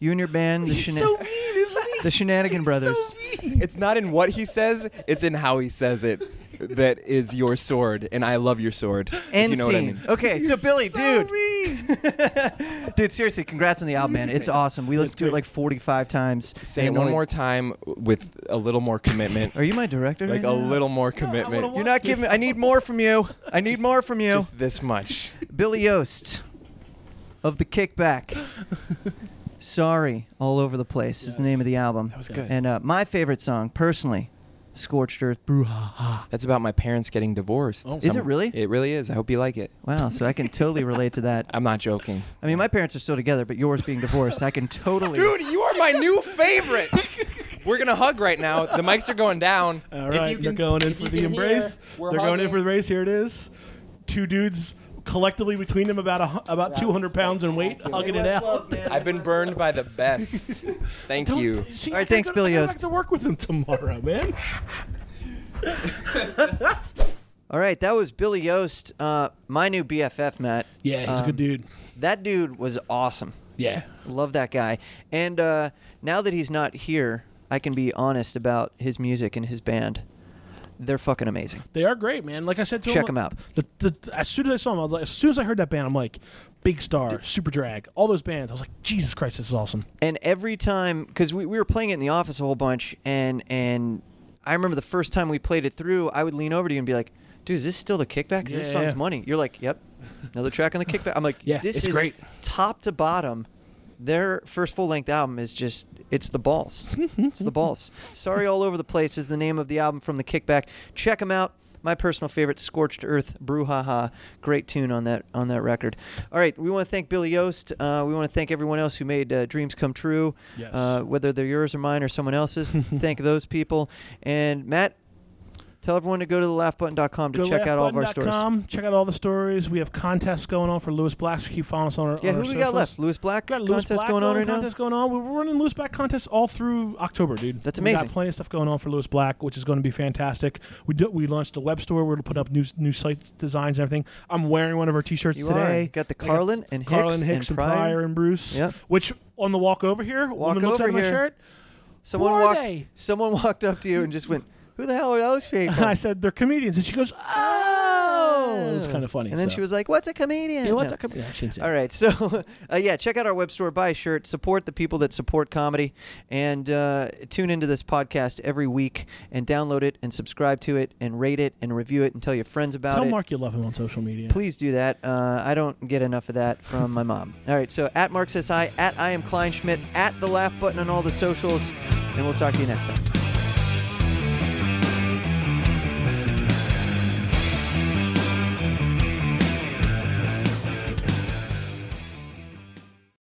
S2: you and your band, the,
S3: He's
S2: shena-
S3: so mean, isn't he?
S2: the Shenanigan Brothers.
S3: So mean.
S4: It's not in what he says; it's in how he says it. That is your sword, and I love your sword.
S2: End
S4: if you know
S2: scene.
S4: what I mean.
S2: Okay, so
S3: You're
S2: Billy,
S3: so
S2: dude,
S3: mean.
S2: [laughs] dude, seriously, congrats on the album, man.
S4: [laughs]
S2: It's awesome. We listened to it like 45 times.
S4: Say it
S2: And
S4: one
S2: only-
S4: more time with a little more commitment,
S2: Are you my director?
S4: like
S2: right
S4: a
S2: now?
S4: little more commitment.
S3: wanna
S2: You're
S3: watch
S2: not
S3: this
S2: giving. I need more from you. I need more from you.
S4: Just this much.
S2: Billy Yost of the Kickback. Sorry, all over the place is the name of the album. That
S3: was good.
S2: And uh, my favorite song, personally, "Scorched Earth." Brouhaha.
S4: That's about my parents getting divorced.
S3: Oh. Is
S2: it really?
S4: It really is. I hope you like it.
S2: Wow, so
S3: [laughs]
S2: I can totally relate to that.
S4: I'm not joking.
S2: I mean, my parents are still together, but yours being divorced, I can totally.
S4: Dude, you are my new
S2: [laughs]
S4: favorite. We're gonna hug right now. The mics are going down.
S3: All
S4: If
S3: right,
S4: you
S3: they're
S4: can-
S3: going in
S4: if
S3: for
S4: you
S3: the
S4: can hear,
S3: embrace.
S4: we're
S3: they're going in
S4: hugging.
S3: for the embrace. Here it is. Two dudes collectively between them about a, hu- about 200 pounds in weight, hugging it out.
S4: I've been burned by
S3: [laughs]
S4: the best. Thank
S3: Don't-
S4: you.
S3: see,
S2: All right,
S3: I gotta
S2: thanks,
S3: go-
S2: Billy
S3: I gotta
S2: Yost.
S3: go back to work with him tomorrow, man.
S2: All right, that was Billy Yost, uh, my new BFF, Matt.
S3: Yeah, he's a
S2: Um,
S3: good dude.
S2: That dude was awesome.
S3: Yeah.
S2: Love that guy. And uh, now that he's not here, I can be honest about his music and his band. They're fucking amazing.
S3: They are great, man. Like I said to
S2: Check
S3: him,
S2: 'em out.
S3: The, the, as soon as I saw him, I was like, as soon as I heard that band, I'm like, Big Star, Super Drag, all those bands. I was like, Jesus Christ, this is awesome.
S2: And every time, because we, we were playing it in the office a whole bunch, and and I remember the first time we played it through, I would lean over to you and be like, "Dude, is this still the kickback? 'Cause This
S3: Yeah.
S2: song's money." You're like, "Yep, another track on the kickback." I'm like,
S3: Yeah,
S2: this
S3: it's
S2: is
S3: great.
S2: top to bottom." Their first full length album is just, it's the balls. it's the
S3: [laughs]
S2: balls. Sorry All Over the Place is the name of the album from the kickback. Check them out. My personal favorite, Scorched Earth, Brouhaha. Great tune on that on that record. All right, we want to thank Billy Yost. Uh, we want to thank everyone else who made uh, dreams come true,
S3: Yes.
S2: uh, whether they're yours or mine or someone
S3: [laughs]
S2: else's. thank those people. And Matt, tell everyone to go to thelaughbutton.com to
S3: Go
S2: check out all of our stories.
S3: laughbutton.com, Check out all the stories. We have contests going on for Lewis Blacks. Keep following us on our
S2: Yeah,
S3: on
S2: who
S3: our
S2: do we got
S3: socials.
S2: left? Lewis Black
S3: We got Lewis
S2: contest
S3: Black
S2: going on right now.
S3: contest going on. We're running Lewis Black contests all through October, dude.
S2: That's
S3: We
S2: amazing.
S3: got plenty of stuff going on for Lewis Black, which is going to be fantastic. We do, we launched a web store. We're putting up new new site designs and everything. I'm wearing one of our T-shirts
S2: You are.
S3: today.
S2: Got the
S3: I
S2: Carlin and Hicks
S3: Carlin
S2: and
S3: Hicks and
S2: Pryor.
S3: Pryor. and Bruce.
S2: Yep.
S3: Which on the walk over here, a
S2: Walk
S3: woman looks
S2: over
S3: at my
S2: here.
S3: shirt.
S2: Someone
S3: Who are
S2: walked.
S3: they?
S2: Someone walked up to you and just went, "Who the hell are those people?"
S3: And [laughs] I said they're comedians, and she goes, "Oh, it was kind of funny."
S2: And then
S3: so.
S2: she was like, "What's a comedian?"
S3: "Yeah, what's
S2: No.
S3: that com- yeah, she didn't say
S2: All
S3: that.
S2: right, so [laughs] uh, yeah, check out our web store, buy a shirt, support the people that support comedy, and uh, tune into this podcast every week and download it and subscribe to it and rate it and review it and tell your friends about
S3: Tell
S2: it.
S3: Mark you love him on social media.
S2: Please do that. Uh, I don't get enough of that from my mom. All right, so at Mark says hi, at I am Klein Schmidt, at the laugh button on all the socials, and we'll talk to you next time.